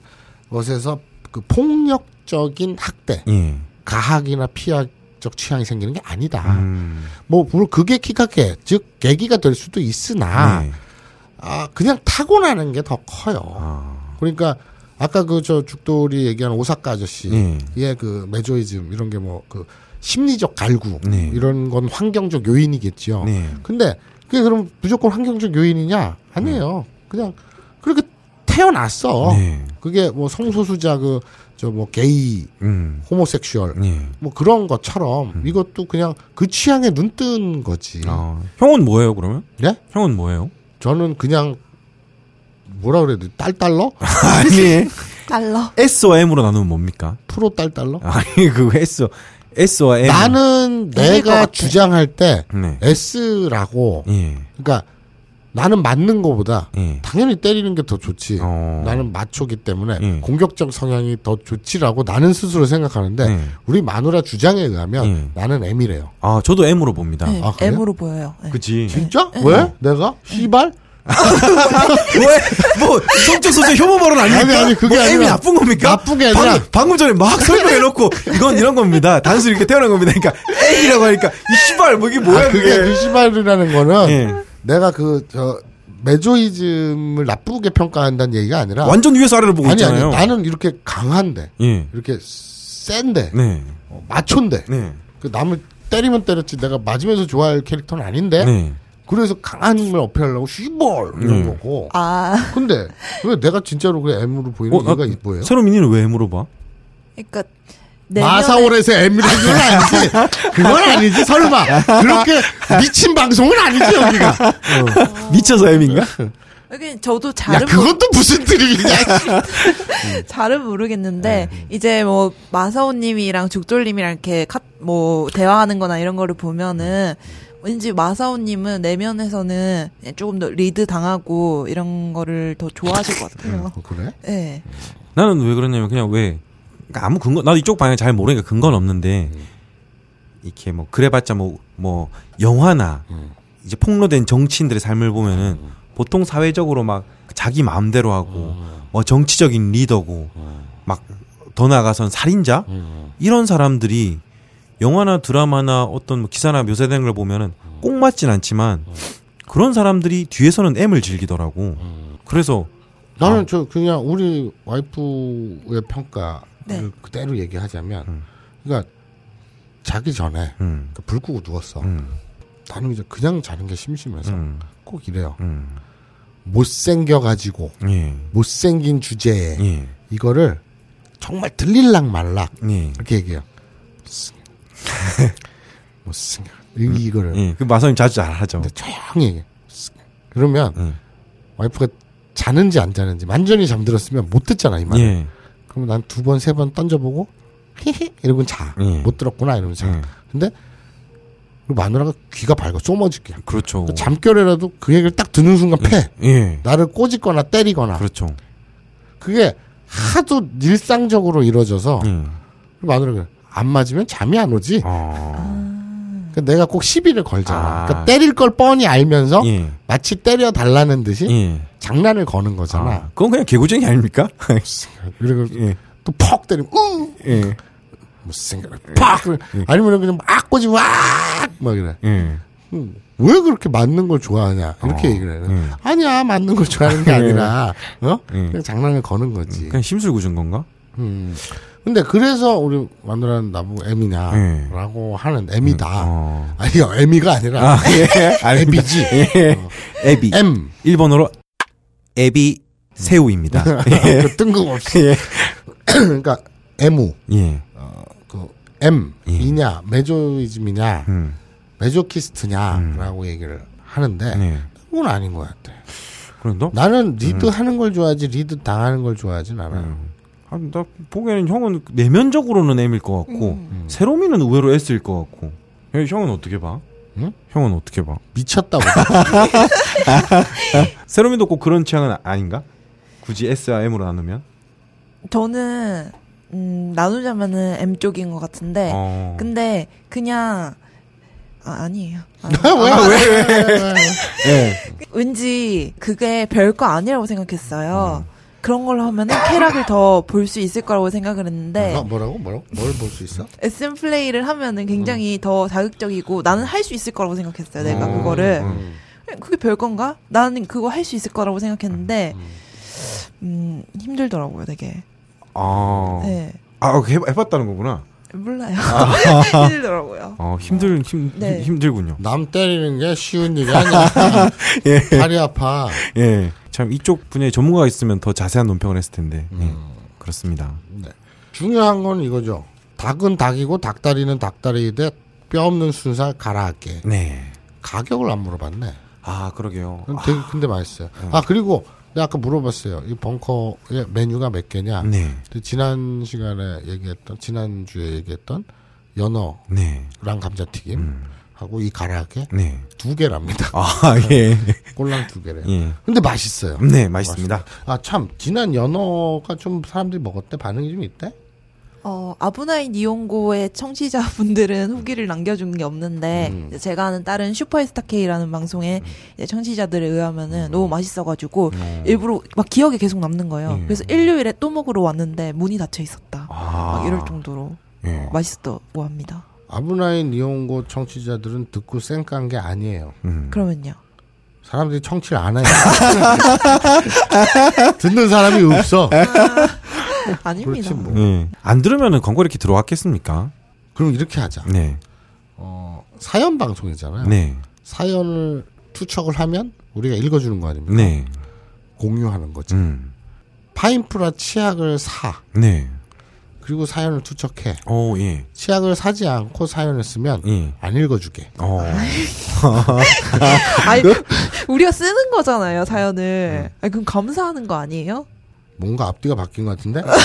Speaker 1: 것에서 그 폭력적인 학대,
Speaker 3: 예,
Speaker 1: 가학이나 피학적 취향이 생기는 게 아니다.
Speaker 3: 음,
Speaker 1: 뭐 물론 그게 키카게 즉 계기가 될 수도 있으나
Speaker 3: 네,
Speaker 1: 아 그냥 타고나는 게 더 커요.
Speaker 3: 아,
Speaker 1: 그러니까 아까 그 저 죽돌이 얘기한 오사카 아저씨
Speaker 3: 예.
Speaker 1: 예, 그 메조이즘 이런 게 뭐 그 심리적 갈구
Speaker 3: 네.
Speaker 1: 이런 건 환경적 요인이겠죠.
Speaker 3: 네.
Speaker 1: 근데 그게 그럼 무조건 환경적 요인이냐? 아니에요. 그냥 그렇게 태어났어.
Speaker 3: 네.
Speaker 1: 그게 뭐 성소수자 그 저 뭐 게이,
Speaker 3: 음.
Speaker 1: 호모섹슈얼
Speaker 3: 예.
Speaker 1: 뭐 그런 것처럼 이것도 그냥 그 취향에 눈 뜬 거지.
Speaker 3: 어. 형은 뭐예요, 그러면?
Speaker 1: 예?
Speaker 3: 형은 뭐예요?
Speaker 1: 저는 그냥 뭐라 그래야 돼? 딸달러?
Speaker 3: 아니.
Speaker 2: 달러.
Speaker 3: S와 M으로 나누면 뭡니까?
Speaker 1: 프로 딸달러?
Speaker 3: 아니, 그 S, S와 M.
Speaker 1: 나는
Speaker 2: 것
Speaker 1: 내가
Speaker 2: 같아.
Speaker 1: 주장할 때
Speaker 3: 네.
Speaker 1: S라고
Speaker 3: 예.
Speaker 1: 그러니까 나는 맞는 거보다
Speaker 3: 예.
Speaker 1: 당연히 때리는 게 더 좋지.
Speaker 3: 어.
Speaker 1: 나는 마초기 때문에
Speaker 3: 예.
Speaker 1: 공격적 성향이 더 좋지라고 나는 스스로 생각하는데
Speaker 3: 예.
Speaker 1: 우리 마누라 주장에 의하면
Speaker 3: 예.
Speaker 1: 나는 M이래요.
Speaker 3: 아, 저도 M으로 봅니다.
Speaker 2: 네,
Speaker 1: 아, 그래요?
Speaker 2: M으로 보여요. 네.
Speaker 3: 그치.
Speaker 1: 진짜?
Speaker 3: 예.
Speaker 1: 왜? 내가? 씨발?
Speaker 3: 왜? 뭐, 성적 소재 혐오 발언 아닙니까?
Speaker 1: 아니, 아니, 그게
Speaker 3: 뭐 M이
Speaker 1: 아니라-
Speaker 3: 나쁜 겁니까?
Speaker 1: 나쁘게 아니라-
Speaker 3: 방금, 방금 전에 막 설명해놓고, 이건 이런 겁니다. 단순히 이렇게 태어난 겁니다. 그러니까, M이라고 하니까, 이 씨발, 뭐, 이게 뭐야,
Speaker 1: 아, 그게
Speaker 3: 그게.
Speaker 1: 그 씨발이라는 거는
Speaker 3: 예.
Speaker 1: 내가 그 저 메조이즘을 나쁘게 평가한다는 얘기가 아니라
Speaker 3: 완전 위에서 아래로 보고
Speaker 1: 아니 아니
Speaker 3: 있잖아요.
Speaker 1: 나는 이렇게 강한데
Speaker 3: 예.
Speaker 1: 이렇게 센데
Speaker 3: 네.
Speaker 1: 어, 마초인데
Speaker 3: 네.
Speaker 1: 그 남을 때리면 때렸지 내가 맞으면서 좋아할 캐릭터는 아닌데
Speaker 3: 네.
Speaker 1: 그래서 강한 힘을 어필하려고 씨벌 이런
Speaker 3: 음.
Speaker 1: 거고.
Speaker 2: 아,
Speaker 1: 근데 왜 내가 진짜로 그 M으로 보이는
Speaker 3: 어, 나-
Speaker 1: 이유가 이 뭐예요?
Speaker 3: 새로민이는 왜 M으로 봐?
Speaker 2: 그러니까 내년에-
Speaker 1: 마사오에서 에미레이션 그건 아니지. 그건 아니지. 설마 그렇게 미친 방송은 아니지 여기가.
Speaker 3: 어.
Speaker 5: 미쳐서 M인가?
Speaker 2: 여기 저도 잘은
Speaker 1: 야 그것도 무슨 드립이냐.
Speaker 2: 잘은 모르겠는데
Speaker 1: 네.
Speaker 2: 이제 뭐 마사오님이랑 죽돌님이랑 이렇게 카, 뭐 대화하는거나 이런 거를 보면은 왠지 마사오님은 내면에서는 예, 조금 더 리드 당하고 이런 거를 더 좋아하실 것 같아요.
Speaker 1: 그래?
Speaker 2: 네.
Speaker 3: 나는 왜 그러냐면 그냥 왜 그러니까 아무 근거 나도 이쪽 방향 잘 모르니까 근거는 없는데 이렇게 뭐 그래봤자 뭐 뭐 영화나 이제 폭로된 정치인들의 삶을 보면은 보통 사회적으로 막 자기 마음대로 하고 뭐 정치적인 리더고 막 더 나아가선 살인자
Speaker 1: 음.
Speaker 3: 이런 사람들이 영화나 드라마나 어떤 뭐 기사나 묘사된 걸 보면은 꼭 맞진 않지만 그런 사람들이 뒤에서는 M을 즐기더라고. 그래서
Speaker 1: 나는 저 그냥 우리 와이프의 평가를
Speaker 2: 네.
Speaker 1: 그대로 얘기하자면, 그러니까 자기 전에
Speaker 3: 음,
Speaker 1: 그러니까 불 끄고 누웠어.
Speaker 3: 음,
Speaker 1: 나는 이제 그냥 자는 게 심심해서
Speaker 3: 음,
Speaker 1: 꼭 이래요.
Speaker 3: 음.
Speaker 1: 못생겨가지고
Speaker 3: 예.
Speaker 1: 못생긴 주제에
Speaker 3: 예.
Speaker 1: 이거를 정말 들릴락 말락
Speaker 3: 예.
Speaker 1: 이렇게 얘기해요. 못생겨. 못생겨. 이- 이거를
Speaker 3: 예. 그 마선님 자주 잘 하죠.
Speaker 1: 근데 조용히 얘기해. 그러면
Speaker 3: 음.
Speaker 1: 와이프가 자는지 안 자는지 완전히 잠들었으면 못 듣잖아 이 말. 을
Speaker 3: 예.
Speaker 1: 그럼 난 두 번 세 번 던져보고 히히 이러고 자.
Speaker 3: 예.
Speaker 1: 못 들었구나 이러면서 자.
Speaker 3: 예.
Speaker 1: 근데 그 마누라가 귀가 밝아 쏘머지게.
Speaker 3: 그렇죠.
Speaker 1: 그 잠결에라도 그 얘기를 딱 듣는 순간 패.
Speaker 3: 예.
Speaker 1: 나를 꼬집거나 때리거나.
Speaker 3: 그렇죠.
Speaker 1: 그게 하도 일상적으로 이루어져서
Speaker 3: 예.
Speaker 1: 마누라가 안 맞으면 잠이 안 오지.
Speaker 3: 어.
Speaker 1: 그러니까 내가 꼭 시비를 걸잖아.
Speaker 3: 아.
Speaker 1: 그러니까 때릴 걸 뻔히 알면서
Speaker 3: 예.
Speaker 1: 마치 때려 달라는 듯이
Speaker 3: 예.
Speaker 1: 장난을 거는 거잖아.
Speaker 3: 아, 그건 그냥 개구쟁이 아닙니까?
Speaker 1: 그리고
Speaker 3: 예.
Speaker 1: 또 퍽 때리면 우
Speaker 3: 예.
Speaker 1: 못생겨 팍 아니면 그냥 막 꼬집어 막 이래.
Speaker 3: 예.
Speaker 1: 왜 그렇게 맞는 걸 좋아하냐 이렇게
Speaker 3: 어,
Speaker 1: 얘기를 해.
Speaker 3: 예.
Speaker 1: 아니야 맞는 걸 좋아하는 게 아니라 어
Speaker 3: 예.
Speaker 1: 그냥 장난을 거는 거지.
Speaker 3: 그냥 심술 구준 건가?
Speaker 1: 음. 근데 그래서 우리 마누라는 나보고
Speaker 3: 예.
Speaker 1: 애미냐라고 하는 애미다.
Speaker 3: 어.
Speaker 1: 아니요, 애미가 아니라
Speaker 3: 아, 예.
Speaker 1: 애비지.
Speaker 3: 예. 애비.
Speaker 1: M.
Speaker 3: 일본어로 음. 애비 새우입니다.
Speaker 1: 그 뜬금없이. 그러니까 애무,
Speaker 3: 예.
Speaker 1: 그 M
Speaker 3: 예.
Speaker 1: 이냐, 메조이즘이냐,
Speaker 3: 음.
Speaker 1: 메조키스트냐라고 얘기를 하는데
Speaker 3: 예.
Speaker 1: 그건 아닌 것 같아.
Speaker 3: 그런데
Speaker 1: 나는
Speaker 3: 음.
Speaker 1: 리드 하는 걸 좋아하지 리드 당하는 걸 좋아하진 않아요.
Speaker 3: 아, 나 보기에는 형은 내면적으로는 M일 것 같고 세롬이는 의외로 S일 것 같고 형, 형은 어떻게 봐?
Speaker 1: 응?
Speaker 3: 형은 어떻게 봐?
Speaker 1: 미쳤다고.
Speaker 3: 아, 세롬이도 꼭 그런 취향은 아- 아닌가? 굳이 S와 M으로 나누면?
Speaker 2: 저는 음, 나누자면은 M 쪽인 것 같은데
Speaker 3: 어.
Speaker 2: 네. 근데 그냥 아, 아니에요. 아,
Speaker 3: 네.
Speaker 2: 왠지 그게 별거 아니라고 생각했어요. 그런 걸로 하면 은 쾌락을 더 볼 수 있을 거라고 생각을 했는데
Speaker 1: 어, 뭐라고 뭐라고 뭘 볼 수 있어?
Speaker 2: SM 플레이를 하면은 굉장히 더 자극적이고 나는 할 수 있을 거라고 생각했어요. 내가
Speaker 3: 음.
Speaker 2: 네, 그거를
Speaker 3: 음.
Speaker 2: 그게 별 건가? 나는 그거 할 수 있을 거라고 생각했는데 음 힘들더라고요, 되게.
Speaker 3: 아,
Speaker 2: 네.
Speaker 3: 아 그거 해봐- 해봤다는 거구나.
Speaker 2: 몰라요. 힘들더라고요.
Speaker 3: 어, 힘들 힘
Speaker 2: 네.
Speaker 3: 힘- 힘들군요.
Speaker 1: 남 때리는 게 쉬운 일이 아니야. 다리 아파.
Speaker 3: 예, 참 이쪽 분야에 전문가가 있으면 더 자세한 논평을 했을 텐데. 예. 그렇습니다.
Speaker 1: 중요한 건 이거죠. 닭은 닭이고 닭다리는 닭다리인데 뼈 없는 순살 가라앉게.
Speaker 3: 네.
Speaker 1: 가격을 안 물어봤네.
Speaker 3: 아 그러게요.
Speaker 1: 되게 근데 맛있어요.
Speaker 3: 네.
Speaker 1: 아 그리고 내가 아까 물어봤어요. 이 벙커의 메뉴가 몇 개냐?
Speaker 3: 네,
Speaker 1: 근데 지난 시간에 얘기했던 지난 주에 얘기했던 연어랑
Speaker 3: 네,
Speaker 1: 감자튀김
Speaker 3: 음.
Speaker 1: 하고 이 가라게
Speaker 3: 네.
Speaker 1: 두 개랍니다.
Speaker 3: 아 예,
Speaker 1: 꼴랑 두 개래요.
Speaker 3: 예.
Speaker 1: 근데 맛있어요.
Speaker 3: 네, 맛있습니다.
Speaker 1: 아 참 지난 연어가 좀 사람들이 먹었대 반응이 좀 있대.
Speaker 2: 어, 아브나이 니온고의 청취자분들은 후기를 남겨준 게 없는데,
Speaker 1: 음.
Speaker 2: 이제 제가 아는 다른 슈퍼스타 K라는 방송에 이제 청취자들에
Speaker 1: 음.
Speaker 2: 의하면은 너무 맛있어가지고, 일부러 막 기억에 계속 남는 거예요.
Speaker 3: 음.
Speaker 2: 그래서 일요일에 또 먹으러 왔는데, 문이 닫혀 있었다.
Speaker 3: 아,
Speaker 2: 막 이럴 정도로
Speaker 1: 어.
Speaker 3: 예.
Speaker 2: 맛있었다고 합니다.
Speaker 1: 아브나인 이용고 청취자들은 듣고 쌩깐 게 아니에요.
Speaker 3: 음.
Speaker 2: 그러면요.
Speaker 1: 사람들이 청취를 안 해요. 듣는 사람이 없어.
Speaker 2: 아닙니다.
Speaker 1: 그렇지 뭐.
Speaker 3: 예. 안 들으면은 광고 이렇게 들어왔겠습니까?
Speaker 1: 그럼 이렇게 하자.
Speaker 3: 네,
Speaker 1: 어, 사연 방송이잖아요.
Speaker 3: 네,
Speaker 1: 사연을 투척을 하면 우리가 읽어주는 거 아닙니까?
Speaker 3: 네,
Speaker 1: 공유하는 거지.
Speaker 3: 음,
Speaker 1: 파인프라 치약을 사.
Speaker 3: 네.
Speaker 1: 그리고 사연을 투척해.
Speaker 3: 오, 예.
Speaker 1: 치약을 사지 않고 사연을 쓰면
Speaker 3: 예.
Speaker 1: 안 읽어주게.
Speaker 3: 어.
Speaker 2: 아니
Speaker 1: 네?
Speaker 2: 우리가 쓰는 거잖아요 사연을. 아니, 그럼 감사하는 거 아니에요?
Speaker 1: 네. 뭔가 앞뒤가 바뀐 것 같은데?
Speaker 3: 그렇죠.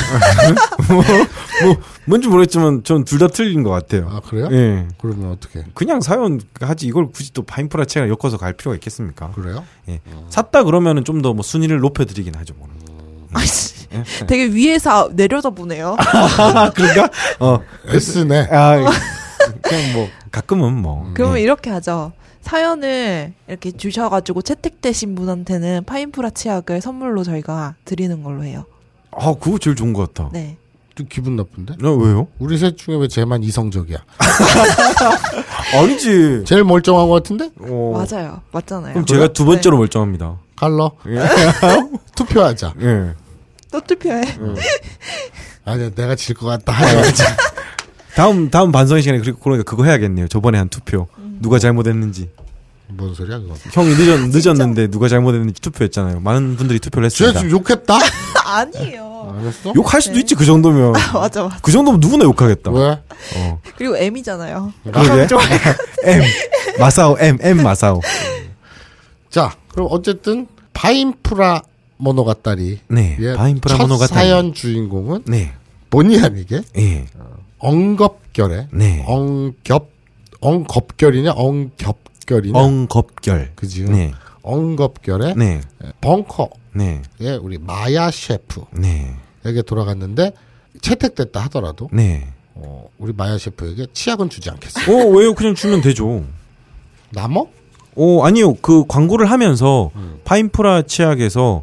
Speaker 3: 뭐, 뭔지 모르겠지만 전 둘 다 틀린 것 같아요.
Speaker 1: 아 그래요?
Speaker 3: 예.
Speaker 1: 그러면 어떻게?
Speaker 3: 그냥 사연 하지 이걸 굳이 또 바인프라 책을 엮어서 갈 필요가 있겠습니까?
Speaker 1: 그래요?
Speaker 3: 예. 샀다 그러면은 좀 더 뭐 순위를 높여드리긴 하죠. 뭐.
Speaker 2: 아이씨, 되게 위에서 아, 내려다 보네요.
Speaker 3: 아, 그런가? 어.
Speaker 1: S네.
Speaker 3: 아, 그냥 뭐 가끔은
Speaker 1: 음.
Speaker 3: 뭐.
Speaker 2: 그러면
Speaker 3: 예.
Speaker 2: 이렇게 하죠. 사연을 이렇게 주셔가지고 채택되신 분한테는 파인프라 치약을 선물로 저희가 드리는 걸로 해요.
Speaker 3: 아, 그거 제일 좋은 것 같아.
Speaker 2: 네.
Speaker 1: 좀 기분 나쁜데?
Speaker 3: 어, 왜요?
Speaker 1: 우리 셋 중에 왜 쟤만 이성적이야?
Speaker 3: 아니지.
Speaker 1: 제일 멀쩡한 것 같은데?
Speaker 3: 어.
Speaker 2: 맞아요. 네. 맞잖아요.
Speaker 3: 그럼 제가 두 번째로 멀쩡합니다.
Speaker 1: 갈러.
Speaker 3: 예.
Speaker 1: 투표하자.
Speaker 3: 예.
Speaker 2: 또 투표해.
Speaker 3: 음.
Speaker 1: 아니야, 내가 질 것 같다. 하자.
Speaker 3: 다음 다음 반성의 시간에 그리고 그러니까 그거 해야겠네요. 저번에 한 투표
Speaker 2: 음.
Speaker 3: 누가 잘못했는지
Speaker 1: 뭔 소리야 그거?
Speaker 3: 형이 늦었 늦었는데 누가 잘못했는지 투표했잖아요. 많은 분들이 투표를
Speaker 1: 쟤
Speaker 3: 했습니다.
Speaker 1: 지금 욕했다?
Speaker 2: 아니에요.
Speaker 1: 알았어?
Speaker 3: 욕할 수도 있지 그 정도면
Speaker 2: 맞아, 맞아.
Speaker 3: 그 정도면 누구나 욕하겠다.
Speaker 1: 왜?
Speaker 3: 어.
Speaker 2: 그리고 M이잖아요.
Speaker 3: 그러게. M 마사오 M M 마사오.
Speaker 1: 자, 그럼 어쨌든 바인프라 모노가타리.
Speaker 3: 네.
Speaker 1: 예,
Speaker 3: 바인프라
Speaker 1: 첫
Speaker 3: 모노가타리.
Speaker 1: 사연 주인공은
Speaker 3: 네.
Speaker 1: 본의 아니게
Speaker 3: 예.
Speaker 1: 엉겁결에
Speaker 3: 네.
Speaker 1: 엉겹 엉겁결이냐 엉겹결이냐
Speaker 3: 엉겁결.
Speaker 1: 그지요?
Speaker 3: 네.
Speaker 1: 엉겁결에
Speaker 3: 네.
Speaker 1: 벙커의
Speaker 3: 네.
Speaker 1: 우리 마야 셰프에게
Speaker 3: 네.
Speaker 1: 돌아갔는데 채택됐다 하더라도
Speaker 3: 네.
Speaker 1: 어, 우리 마야 셰프에게 치약은 주지 않겠어.
Speaker 3: 어, 왜요? 그냥 주면 되죠.
Speaker 1: 남어?
Speaker 3: 어, 아니요. 그 광고를 하면서 파인프라 치약에서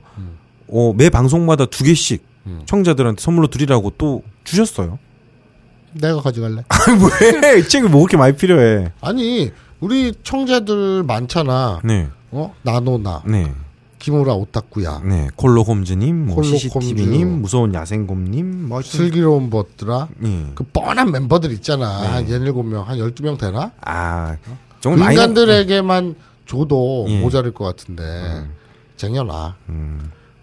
Speaker 3: 어, 매 방송마다 두 개씩
Speaker 1: 음.
Speaker 3: 청자들한테 선물로 드리라고 또 주셨어요.
Speaker 1: 내가 가져갈래.
Speaker 3: 왜? 책이 뭐 그렇게 많이 필요해.
Speaker 1: 아니 우리 청자들 많잖아.
Speaker 3: 네.
Speaker 1: 어 나노나
Speaker 3: 네.
Speaker 1: 김우라 오타쿠야
Speaker 3: 네. 콜로홈즈님, 뭐
Speaker 1: 콜로홈즈.
Speaker 3: CCTV님, 무서운 야생곰님, 뭐 하여튼-
Speaker 1: 슬기로운 벗들아
Speaker 3: 예.
Speaker 1: 그 뻔한 멤버들 있잖아. 한 얘네 7명 한 12명 되나?
Speaker 3: 아, 정말 많이.
Speaker 1: 인간들에게만 줘도
Speaker 3: 예. 음.
Speaker 1: 모자랄 것 같은데 쟁여놔.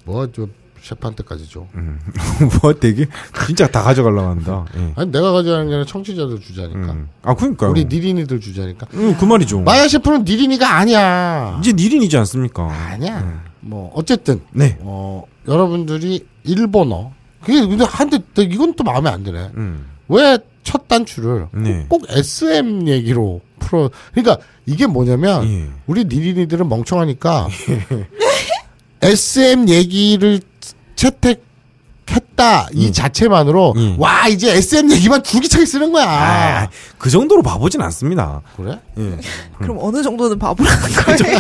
Speaker 1: 뭐 좀 셰프한테까지 줘.
Speaker 3: 뭐 되게 진짜 다 가져가려고 한다. 예.
Speaker 1: 아니 내가 가져가는 게 아니라 청취자들 주자니까.
Speaker 3: 음. 아, 그러니까요.
Speaker 1: 우리 니린이들 주자니까.
Speaker 3: 음, 그 말이죠.
Speaker 1: 마야 셰프는 니린이가 아니야.
Speaker 3: 이제 니린이지 않습니까?
Speaker 1: 아니야.
Speaker 3: 음.
Speaker 1: 뭐 어쨌든
Speaker 3: 네.
Speaker 1: 어 여러분들이 일본어 그게 근데 한데 이건 또 마음에 안 드네.
Speaker 3: 음.
Speaker 1: 왜 첫 단추를
Speaker 3: 네.
Speaker 1: 꼭 SM 얘기로 풀어. 그러니까 이게 뭐냐면
Speaker 3: 예.
Speaker 1: 우리 니린이들은 멍청하니까 SM 얘기를 채택했다 이 자체만으로
Speaker 3: 음.
Speaker 1: 와 이제 SM 얘기만 줄기차게 쓰는 거야.
Speaker 3: 아, 그 정도로 바보진 않습니다.
Speaker 1: 그래?
Speaker 3: 예.
Speaker 2: 그럼 어느 정도는 바보라는 거예요?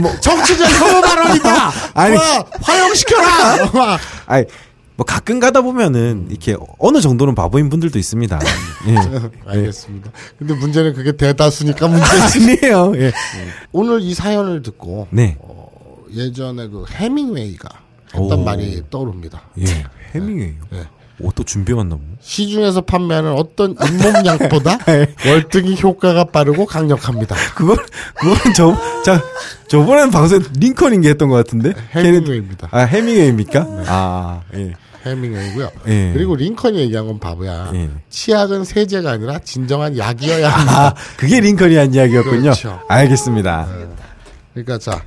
Speaker 1: 뭐 정치적 혐오 발언이다.
Speaker 3: 아니.
Speaker 1: 와, 화형시켜라. 와,
Speaker 3: 아니, 뭐 가끔 가다 보면은 이렇게 어느 정도는 바보인 분들도 있습니다. 예.
Speaker 1: 알겠습니다. 근데 문제는 그게 대다수니까 문제지.
Speaker 3: 아니에요. 예.
Speaker 1: 오늘 이 사연을 듣고
Speaker 3: 네.
Speaker 1: 예전에 그 해밍웨이가 했던
Speaker 3: 오.
Speaker 1: 말이 떠오릅니다.
Speaker 3: 예. 해밍웨이요.
Speaker 1: 예.
Speaker 3: 오, 또 준비해왔나 보네.
Speaker 1: 시중에서 판매하는 어떤 잇몸 약보다
Speaker 3: 네.
Speaker 1: 월등히 효과가 빠르고 강력합니다.
Speaker 3: 그건, 그건 저, 자, 저번엔 방송에 링컨인 게 했던 것 같은데? 걔는-
Speaker 1: 해밍웨이입니다. 네.
Speaker 3: 아, 해밍웨이입니까? 아, 예.
Speaker 1: 해밍웨이고요.
Speaker 3: 예.
Speaker 1: 그리고 링컨이 얘기한 건 바보야.
Speaker 3: 예.
Speaker 1: 치약은 세제가 아니라 진정한 약이어야
Speaker 3: 아,
Speaker 1: 한다.
Speaker 3: 그게 링컨이 한 이야기였군요.
Speaker 1: 그렇죠.
Speaker 3: 알겠습니다.
Speaker 1: 그러니까 자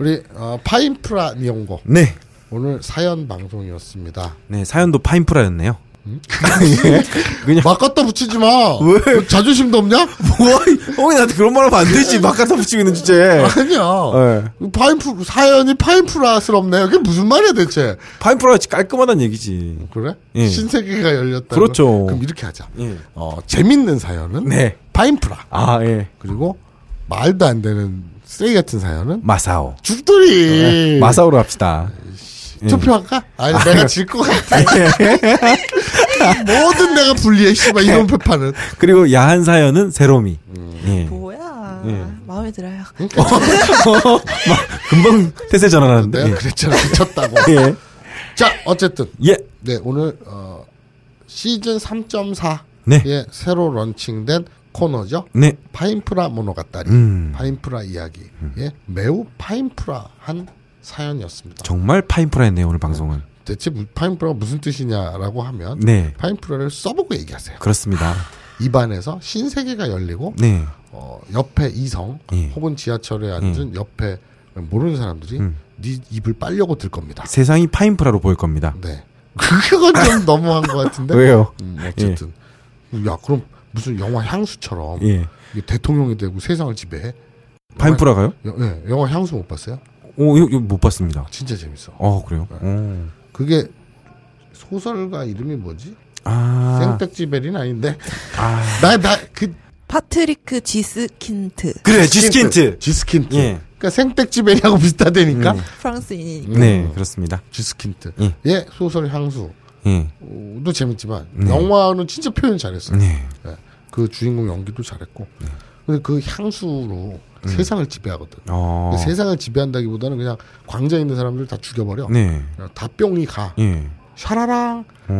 Speaker 1: 우리 어, 파인프라 니온고
Speaker 3: 네.
Speaker 1: 오늘 사연 방송이었습니다.
Speaker 3: 네, 사연도 파인프라였네요.
Speaker 1: 음?
Speaker 3: 예. 그냥
Speaker 1: 막 갖다 붙이지 마. 왜? 자존심도 없냐?
Speaker 3: 뭐, 형이 나한테 그런 말 하면 안 되지. 막 갖다 붙이고 있는 주제에.
Speaker 1: 아니야.
Speaker 3: 예.
Speaker 1: 파인프 사연이 파인프라스럽네. 그게 무슨 말이야 대체?
Speaker 3: 파인프라가 깔끔하다는 얘기지.
Speaker 1: 그래?
Speaker 3: 예.
Speaker 1: 신세계가 열렸다.
Speaker 3: 그렇죠.
Speaker 1: 그럼 이렇게 하자.
Speaker 3: 예.
Speaker 1: 어, 재밌는 사연은
Speaker 3: 네.
Speaker 1: 파인프라.
Speaker 3: 아, 예.
Speaker 1: 그리고 말도 안 되는 쓰레기 같은 사연은
Speaker 3: 마사오.
Speaker 1: 죽돌이.
Speaker 3: 네.
Speaker 1: 네.
Speaker 3: 마사오로 네. 합시다.
Speaker 1: 투표할까? 아니 내가 질 것 같아. 뭐든 내가 불리해. 씨발 이런 표파는.
Speaker 3: 그리고 야한 사연은 세로미. 예.
Speaker 2: 뭐야.
Speaker 3: 예.
Speaker 2: 마음에 들어요.
Speaker 3: 금방 태세 전환하는데.
Speaker 1: 내가 그랬잖아 미쳤다고.
Speaker 3: 예. 예.
Speaker 1: 자 어쨌든
Speaker 3: 예.
Speaker 1: 네 오늘 어, 시즌 3.4에
Speaker 3: 네.
Speaker 1: 새로 런칭된 코너죠.
Speaker 3: 네.
Speaker 1: 파인프라 모노가타리,
Speaker 3: 음.
Speaker 1: 파인프라 이야기, 예, 매우 파인프라한 사연이었습니다.
Speaker 3: 정말 파인프라였네요, 오늘 방송은.
Speaker 1: 대체 무- 파인프라가 무슨 뜻이냐라고 하면
Speaker 3: 네.
Speaker 1: 파인프라를 써보고 얘기하세요.
Speaker 3: 그렇습니다.
Speaker 1: 입안에서 신세계가 열리고
Speaker 3: 네.
Speaker 1: 어, 옆에 이성
Speaker 3: 예.
Speaker 1: 혹은 지하철에 앉은 옆에 모르는 사람들이
Speaker 3: 음.
Speaker 1: 네 입을 빨려고 들 겁니다.
Speaker 3: 세상이 파인프라로 보일 겁니다.
Speaker 1: 네. 그건 좀 너무한 것 같은데.
Speaker 3: 왜요? 예.
Speaker 1: 음, 어쨌든. 야, 그럼 무슨 영화 향수처럼
Speaker 3: 예.
Speaker 1: 이게 대통령이 되고 세상을 지배해?
Speaker 3: 파인프라가요?
Speaker 1: 여- 예, 영화 향수 못 봤어요?
Speaker 3: 오, 이거, 이거 못 봤습니다.
Speaker 1: 진짜 재밌어.
Speaker 3: 어, 그래요? 오.
Speaker 1: 그게 소설가 이름이 뭐지?
Speaker 3: 아.
Speaker 1: 생택지벨인 아닌데.
Speaker 3: 아.
Speaker 1: 나, 나, 그.
Speaker 2: 파트리크 지스킨트
Speaker 3: 그래, 지스킨트.
Speaker 1: 지스킨트.
Speaker 3: 네, 예.
Speaker 1: 그러니까 생택지벨이하고 비슷하다니까?
Speaker 3: 음.
Speaker 2: 프랑스인이니까
Speaker 3: 네, 그렇습니다.
Speaker 1: 지스킨트.
Speaker 3: 예.
Speaker 1: 예, 소설 향수.
Speaker 3: 예.
Speaker 1: 어, 도 재밌지만
Speaker 3: 네.
Speaker 1: 영화는 진짜 표현 잘했어요.
Speaker 3: 네.
Speaker 1: 예, 그 주인공 연기도 잘했고. 근데 그 향수로 세상을 지배하거든.
Speaker 3: 음. 어.
Speaker 1: 근데 네, 세상을 지배한다기보다는 그냥 광장에 있는 사람들 다 죽여버려.
Speaker 3: 네.
Speaker 1: 그냥 다 뿅이 가.
Speaker 3: 예.
Speaker 1: 샤라랑,
Speaker 3: 어.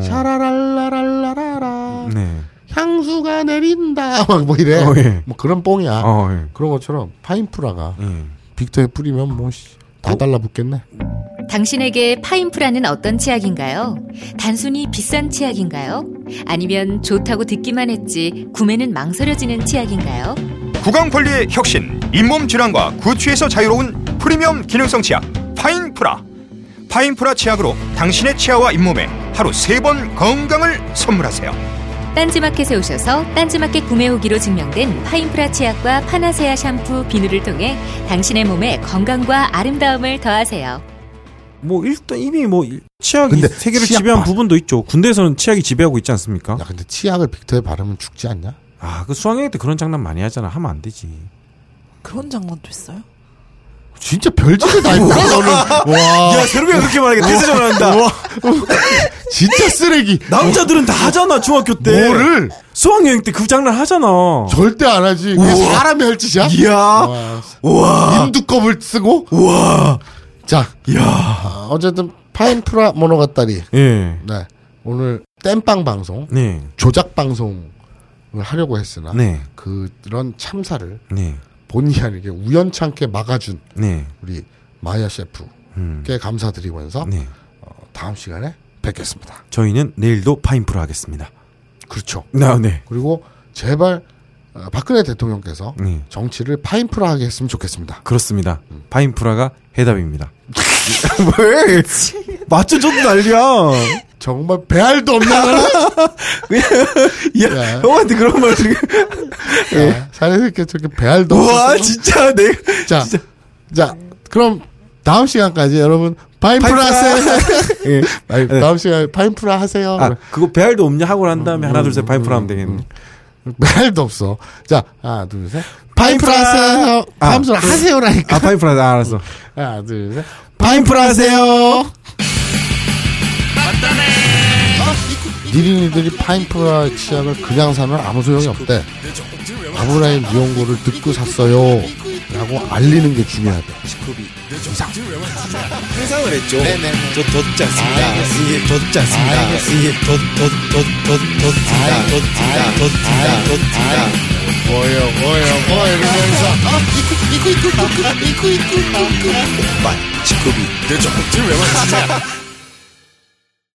Speaker 1: 샤라랄라랄라라라.
Speaker 3: 네.
Speaker 1: 향수가 내린다. 막 뭐 이래.
Speaker 3: 어, 예.
Speaker 1: 뭐 그런 뽕이야.
Speaker 3: 어, 예.
Speaker 1: 그런 것처럼 파인프라가
Speaker 3: 예.
Speaker 1: 빅터에 뿌리면 뭐, 씨, 다 달라붙겠네.
Speaker 6: 당신에게 파인프라는 어떤 치약인가요? 단순히 비싼 치약인가요? 아니면 좋다고 듣기만 했지 구매는 망설여지는 치약인가요?
Speaker 7: 구강 관리의 혁신, 잇몸 질환과 구취에서 자유로운 프리미엄 기능성 치약 파인프라. 파인프라 치약으로 당신의 치아와 잇몸에 하루 세 번 건강을 선물하세요.
Speaker 6: 딴지마켓에 오셔서 딴지마켓 구매 후기로 증명된 파인프라 치약과 파나세아 샴푸 비누를 통해 당신의 몸에 건강과 아름다움을 더하세요.
Speaker 3: 뭐 일단 이미 뭐 일- 치약이
Speaker 1: 근데
Speaker 3: 세계를
Speaker 1: 치약
Speaker 3: 지배한
Speaker 1: 봐.
Speaker 3: 부분도 있죠. 군대에서는 치약이 지배하고 있지 않습니까?
Speaker 1: 야, 근데 치약을 빅터에 바르면 죽지 않냐?
Speaker 3: 아, 그 수학여행 때 그런 장난 많이 하잖아. 하면 안 되지.
Speaker 2: 그런 장난도 있어요?
Speaker 1: 진짜 별짓을 다 했다, 너는. 와.
Speaker 3: 새로미가 그렇게 말하게 대세전 한다.
Speaker 1: 진짜 쓰레기.
Speaker 3: 남자들은 다 하잖아, 중학교 때.
Speaker 1: 뭐를
Speaker 3: 수학여행 때 그 장난 하잖아.
Speaker 1: 절대 안 하지. 그게 사람이 할 짓이야?
Speaker 3: 이야.
Speaker 1: 와.
Speaker 3: 우와.
Speaker 1: 인두껍을 쓰고?
Speaker 3: 우와.
Speaker 1: 자,
Speaker 3: 이야.
Speaker 1: 아, 어쨌든 파인프라 모노가다리.
Speaker 3: 예.
Speaker 1: 네. 오늘 땜빵 방송,
Speaker 3: 네.
Speaker 1: 조작 방송을 하려고 했으나
Speaker 3: 네.
Speaker 1: 그런 참사를
Speaker 3: 네.
Speaker 1: 본의 아니게 우연찮게 막아준
Speaker 3: 네.
Speaker 1: 우리 마야 셰프께
Speaker 3: 음.
Speaker 1: 감사드리면서
Speaker 3: 네.
Speaker 1: 어, 다음 시간에 뵙겠습니다.
Speaker 3: 저희는 내일도 파인프로 하겠습니다.
Speaker 1: 그렇죠.
Speaker 3: 아, 네.
Speaker 1: 그리고 제발 어, 박근혜 대통령께서
Speaker 3: 네.
Speaker 1: 정치를 파인프라 하게 했으면 좋겠습니다.
Speaker 3: 그렇습니다. 파인프라가 해답입니다. 왜? 맞춰줘도 난리야.
Speaker 1: 정말 배알도 없는
Speaker 3: 야, 형한테 그런 말 중에.
Speaker 1: 예, 사례스럽게 저렇게 배알도
Speaker 3: 와,
Speaker 1: 없는
Speaker 3: 진짜 내.
Speaker 1: 자, 자, 그럼 다음 시간까지 여러분 파인프라 네. 하세요.
Speaker 3: 예.
Speaker 1: 아니, 다음 시간에 파인프라 하세요.
Speaker 3: 아, 그거 배알도 없냐 하고 난 다음에 하나, 둘, 셋 파인프라 하면 되겠네.
Speaker 1: 말도 없어. 자, 하나, 둘, 셋. 파인프라 하세요.
Speaker 3: 아,
Speaker 1: 다음 주에 하세요라니까.
Speaker 3: 아, 파인프라, 아, 알았어.
Speaker 1: 하나, 둘, 셋.
Speaker 3: 파인프라 하세요!
Speaker 1: 니린이들이 파인프라 치약을 그냥 사면 아무 소용이 없대. 아브라인 니온고를 듣고 샀어요. 라고 알리는 게 중요하대.
Speaker 8: 상을 했죠. 저 덧지 않습니다. 이게 덧지 않습니다. 이게 덧덧덧덧덧덧다 덧다 덧다 덧다.
Speaker 1: 뭐예요, 뭐예요, 뭐 이러면서.
Speaker 8: 오빠 직급이 내 적극지를 왜 맞추냐?